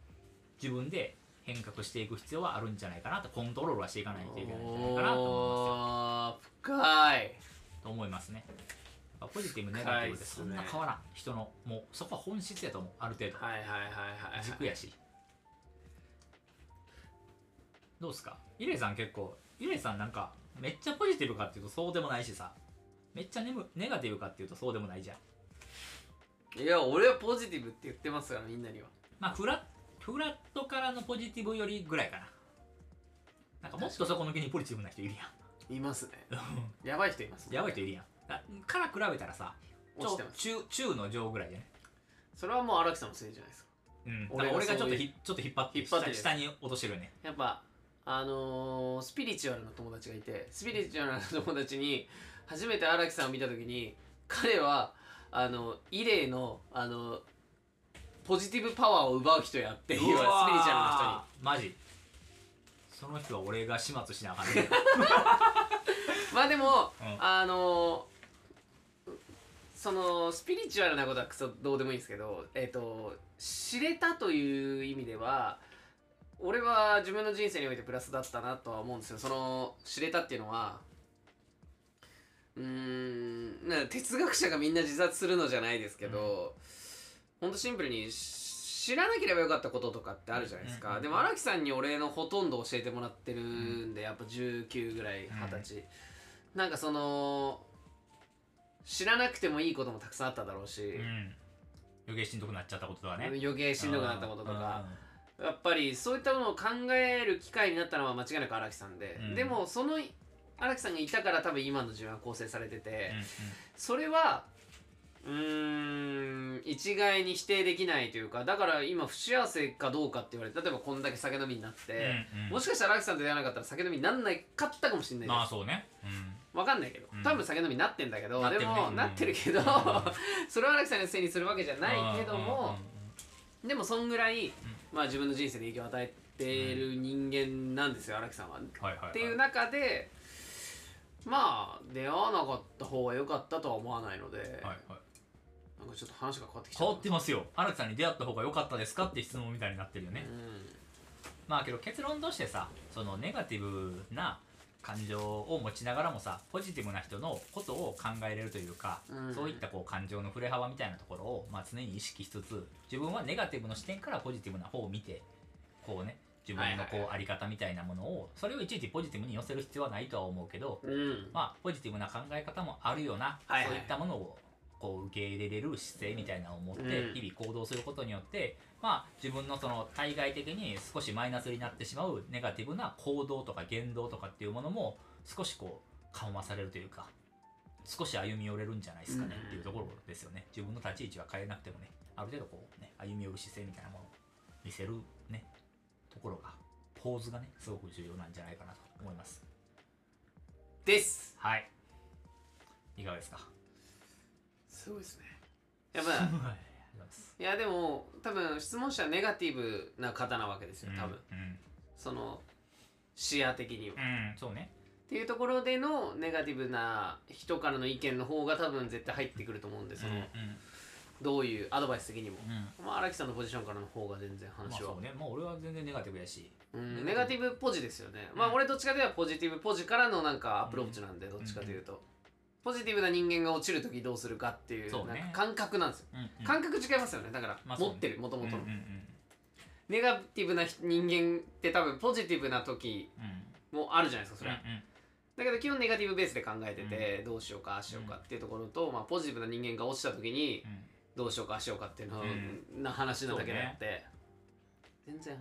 Speaker 2: 自分で変革していく必要はあるんじゃないかなとコントロールはしていかないといけないんじゃないかなと思いますよ
Speaker 1: おー深い
Speaker 2: と思いますねやっぱポジティブネガティブってそんな変わらん、人のもうそこは本質やと思うある程度
Speaker 1: はいはいはいはい
Speaker 2: 軸やしどうですかイレイさん結構イレイさんなんかめっちゃポジティブかっていうとそうでもないしさめっちゃネムネガティブかっていうとそうでもないじゃん
Speaker 1: いや俺はポジティブって言ってますからみんなには
Speaker 2: まあフラフラットからのポジティブよりぐらいかななんかもっとそこの気にポジティブな人いる
Speaker 1: いますね
Speaker 2: やん
Speaker 1: や ばい人いますね
Speaker 2: やばい人いるやんだから比べたらさち
Speaker 1: 落ち
Speaker 2: ょ
Speaker 1: てます
Speaker 2: 中中の上ぐらいじゃね
Speaker 1: それはもう荒木さんのせいじゃないですか
Speaker 2: うん、
Speaker 1: 俺
Speaker 2: 俺
Speaker 1: が
Speaker 2: が俺がち
Speaker 1: そ
Speaker 2: ょっと
Speaker 1: うい
Speaker 2: ひちょっと引っ張って
Speaker 1: 引っ張ってる
Speaker 2: 下下に落としてるよね
Speaker 1: やっぱあのースピリチュアルな友達がいてスピリチュアルな友達に初めて荒木さんを見た時に彼はあのイレイのあのポジティブパワーを奪う人やっていうスピリチュアルな
Speaker 2: ルの人にマジその人は俺が始末しなあかん
Speaker 1: 人
Speaker 2: ね
Speaker 1: に まあでも、
Speaker 2: うん
Speaker 1: あのーそのスピリチュアルなことはクソどうでもいいんですけどえっ、と知れたという意味では俺は自分の人生においてプラスだったなとは思うんですよその知れたっていうのはうーんなんか哲学者がみんな自殺するのじゃないですけど、ほんとシンプルにし知らなければよかったこととかってあるじゃないですか、
Speaker 2: うんうんうん
Speaker 1: でも荒木さんに俺のほとんど教えてもらってるんで、やっぱ19ぐらい
Speaker 2: うん
Speaker 1: 20歳、なんかその知らなくてもいいこともたくさんあっただろうし、
Speaker 2: うん余計しんどくなっちゃったこととかね
Speaker 1: 余計しんどくなったこととか、やっぱりそういったものを考える機会になったのは間違いなく荒木さんで、
Speaker 2: うん
Speaker 1: でもその荒木さんがいたから多分今の自分は構成されてて、
Speaker 2: うんうん
Speaker 1: それはうーん一概に否定できないというかだから今不幸せかどうかって言われて例えばこんだけ酒飲みになって、
Speaker 2: うんうん
Speaker 1: もしかしたら荒木さんと出会わなかったら酒飲みになんないかったかもしれないです、
Speaker 2: まあそうねう
Speaker 1: わかんないけど
Speaker 2: うん
Speaker 1: 多分酒飲みになってんだけど、
Speaker 2: なって
Speaker 1: で
Speaker 2: るね
Speaker 1: も、
Speaker 2: うん
Speaker 1: なってるけど、
Speaker 2: うん
Speaker 1: それは荒木さんのせいにするわけじゃ
Speaker 2: ん
Speaker 1: ないけども、でもそんぐらい、まあ、自分の人生に影響を与えてる人間なんですよ荒木さんは。
Speaker 2: うんうんうんはいはいは
Speaker 1: っていう
Speaker 2: な
Speaker 1: 中でまあ出会わなかった方が良かったとは思わないので、
Speaker 2: はいはい
Speaker 1: なんかちょっと話が変わってきちゃ
Speaker 2: 変
Speaker 1: った
Speaker 2: わってますよ荒木さんに出会った方が良かったですかって質問みたいになってるよねまあけど結論としてさそのネガティブな感情を持ちながらもさポジティブな人のことを考えれるというか、
Speaker 1: うん
Speaker 2: そういったこう感情の振れ幅みたいなところを、まあ、常に意識しつつ自分はネガティブの視点からポジティブな方を見てこうね自分の
Speaker 1: はいはい
Speaker 2: こうあり方みたいなものをそれをいちいちポジティブに寄せる必要はないとは思うけど、
Speaker 1: うん、うん
Speaker 2: まあ、ポジティブな考え方もあるような、
Speaker 1: はいはい
Speaker 2: そういったものをこう受け入れれる姿勢みたいなのを持って
Speaker 1: うん
Speaker 2: 日々行動することによって、まあ、自分のその対外的に少しマイナスになってしまうネガティブな行動とか言動とかっていうものも少しこう緩和されるというか少し歩み寄れるんじゃないですかね
Speaker 1: うん
Speaker 2: っていうところですよね自分の立ち位置は変えなくてもねある程度こうね歩み寄る姿勢みたいなものを見せるねところがポーズがねすごく重要なんじゃないかなと思います。
Speaker 1: です
Speaker 2: はい。いかがですか。
Speaker 1: すごいですねやっぱ
Speaker 2: ありがとうございます。
Speaker 1: いやでも多分質問者はネガティブな方なわけですよ多分、
Speaker 2: うん。
Speaker 1: その視野的には、
Speaker 2: う
Speaker 1: っ
Speaker 2: ん、そうね。
Speaker 1: ていうところでのネガティブな人からの意見の方が多分絶対入ってくると思うんでその、どういうアドバイス的にも、
Speaker 2: うん。うん。
Speaker 1: まあ荒木さんのポジションからの方が全然
Speaker 2: まあ
Speaker 1: 話は、
Speaker 2: そうね。まあ俺は全然ネガティブやし。
Speaker 1: うんネガティブポジですよね、まあ
Speaker 2: うん
Speaker 1: 俺どっちかというとポジティブポジからのなんかアプローチなんで、どっちかというと、ポジティブな人間が落ちる時どうするかっていう
Speaker 2: そうね
Speaker 1: なんか感覚なんですよ、
Speaker 2: うん、うん
Speaker 1: 感覚違いますよねだから、
Speaker 2: まあそう
Speaker 1: 持
Speaker 2: ね
Speaker 1: ってるもともと
Speaker 2: うんうん
Speaker 1: ネガティブな人人間って多分ポジティブな時
Speaker 2: うん。うん。
Speaker 1: もあるじゃないですかそれは、
Speaker 2: うんうん
Speaker 1: だけど基本ネガティブベースで考えてて、どうしようかああしようかっていうところと、まあ、ポジティブな人間が落ちた時に
Speaker 2: うん
Speaker 1: どうしようかああしようかっていうの、
Speaker 2: う
Speaker 1: な話なだけであって、全然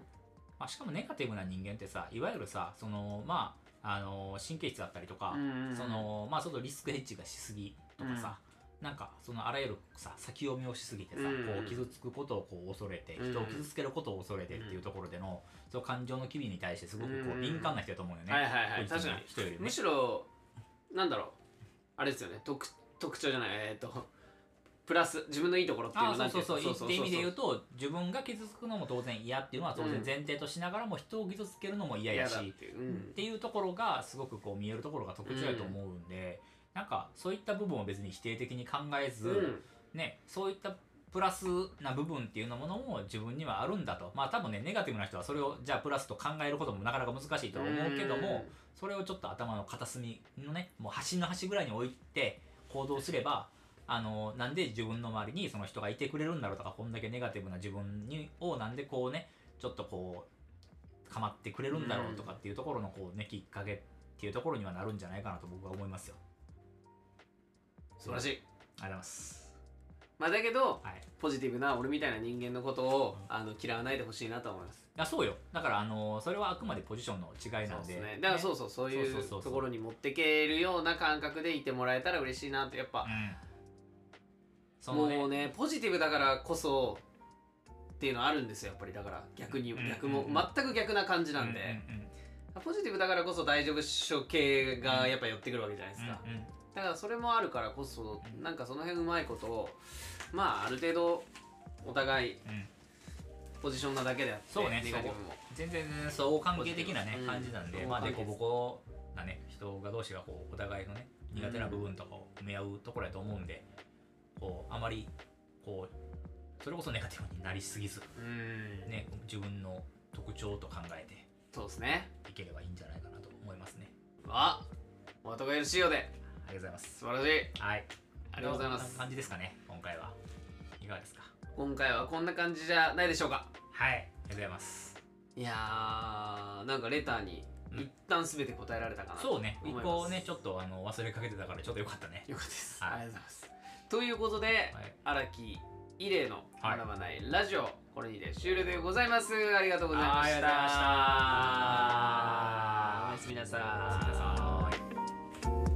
Speaker 2: まあしかもネガティブな人間ってさ、いわゆるさ、そのまああの神経質だったりとか、
Speaker 1: うん
Speaker 2: そのまあちょっとリスクヘッジがしすぎとかさ、なんかそのあらゆるさ先読みをしすぎてさ、
Speaker 1: うん
Speaker 2: こう傷つくことをこう恐れて、
Speaker 1: うん
Speaker 2: 人を傷つけることを恐れてっていうところでの、その感情の機微に対してすごくこ
Speaker 1: うん
Speaker 2: う敏感な人だと思うよね。
Speaker 1: はいはいはい
Speaker 2: こいつの
Speaker 1: 確かに
Speaker 2: 人よりも
Speaker 1: むしろなんだろうあれですよね特特徴じゃないえっ、とプラス自分のいいところっていうの
Speaker 2: あ
Speaker 1: な
Speaker 2: そ
Speaker 1: んて
Speaker 2: う
Speaker 1: い
Speaker 2: そうう
Speaker 1: の
Speaker 2: そうって意味で言う
Speaker 1: う
Speaker 2: と自分が傷つくのも当然嫌っていうのは当
Speaker 1: う
Speaker 2: 然
Speaker 1: ん
Speaker 2: 前提としながらも人を傷つけるのも嫌や
Speaker 1: 嫌
Speaker 2: し、
Speaker 1: だっ
Speaker 2: って
Speaker 1: いう、うん、
Speaker 2: ていうところがすごくこう見えるところが特徴やと思うんで、なんかそういった部分を別に否定的に考えず、
Speaker 1: うん
Speaker 2: ね、そういったプラスな部分っていうのものも自分にはあるんだとまあ多分ねネガティブな人はそれをじゃあプラスと考えることもなかなか難しいとは思うけども、それをちょっと頭の片隅のねもう端の端ぐらいに置いて行動すればあのなんで自分の周りにその人がいてくれるんだろうとかこんだけネガティブな自分にをなんでこうねちょっとこう構ってくれるんだろうとかっていうところのこうねきっかけっていうところにはなるんじゃないかなと僕は思いますよ。
Speaker 1: 素晴らし
Speaker 2: い。
Speaker 1: い
Speaker 2: ありがとうございます。
Speaker 1: まあだけど
Speaker 2: はい。
Speaker 1: ポジティブな俺みたいな人間のことを、
Speaker 2: うん
Speaker 1: あの嫌わないでほしいなと思います
Speaker 2: いやそうよだからあのそれはあくまでポジションの違い
Speaker 1: そ
Speaker 2: な
Speaker 1: うんで
Speaker 2: です
Speaker 1: ねだからそう
Speaker 2: そ
Speaker 1: そうそういう
Speaker 2: そうそうそうそ
Speaker 1: と
Speaker 2: う
Speaker 1: ころに持ってけるような感覚でいてもらえたら嬉しいなってやっぱ、
Speaker 2: んそ
Speaker 1: も
Speaker 2: の
Speaker 1: う
Speaker 2: ね
Speaker 1: ねポジティブだからこそっていうのあるんですよやっぱりだから逆に、
Speaker 2: うんうんうん
Speaker 1: 逆も全く逆な感じなんで、
Speaker 2: うんうん
Speaker 1: ポジティブだからこそ大丈夫っしょ系がやっぱ寄ってくるわけじゃないですか、
Speaker 2: うんうん
Speaker 1: だからそれもあるからこそ
Speaker 2: うん
Speaker 1: なんかその辺うまいことをまあある程度お互い
Speaker 2: うん
Speaker 1: ポジションなだけであって
Speaker 2: そうね
Speaker 1: ネガティブも
Speaker 2: 全然相互関係的なね
Speaker 1: うん
Speaker 2: 感じなんで、
Speaker 1: うん
Speaker 2: まあ
Speaker 1: そう
Speaker 2: 凸
Speaker 1: です
Speaker 2: 凹なね人が同士がこうお互いのね
Speaker 1: うん
Speaker 2: 苦手な部分とかを埋め合うところやと思うんで、こうあまりこうそれこそネガティブになりすぎず
Speaker 1: うん
Speaker 2: ね自分の特徴と考えて
Speaker 1: そうですね
Speaker 2: いければいいんじゃないかなと思いますね
Speaker 1: あお後がよろしいようで
Speaker 2: ありがとうございます
Speaker 1: 素晴らしい
Speaker 2: はい
Speaker 1: ありがとうございます
Speaker 2: こんな感じですかね今回はいかがですか
Speaker 1: 今回はこんな感じじゃないでしょうか
Speaker 2: はいありがとうございます
Speaker 1: いやーなんかレターに
Speaker 2: うん
Speaker 1: 一旦全て答えられたかなと
Speaker 2: そう
Speaker 1: 思い
Speaker 2: ね
Speaker 1: ます
Speaker 2: 一個ねちょっとあの忘れかけてたからちょっとよかったね
Speaker 1: よかったです、
Speaker 2: は
Speaker 1: あ
Speaker 2: い
Speaker 1: りがとうございますということで
Speaker 2: はい
Speaker 1: 荒、木伊礼の「
Speaker 2: はい
Speaker 1: 学ばないラジオ」これにて終了でございますありがとうございました
Speaker 2: あーありがとうございました
Speaker 1: おやすみなさ
Speaker 2: おやすみなさ
Speaker 1: ーい
Speaker 2: い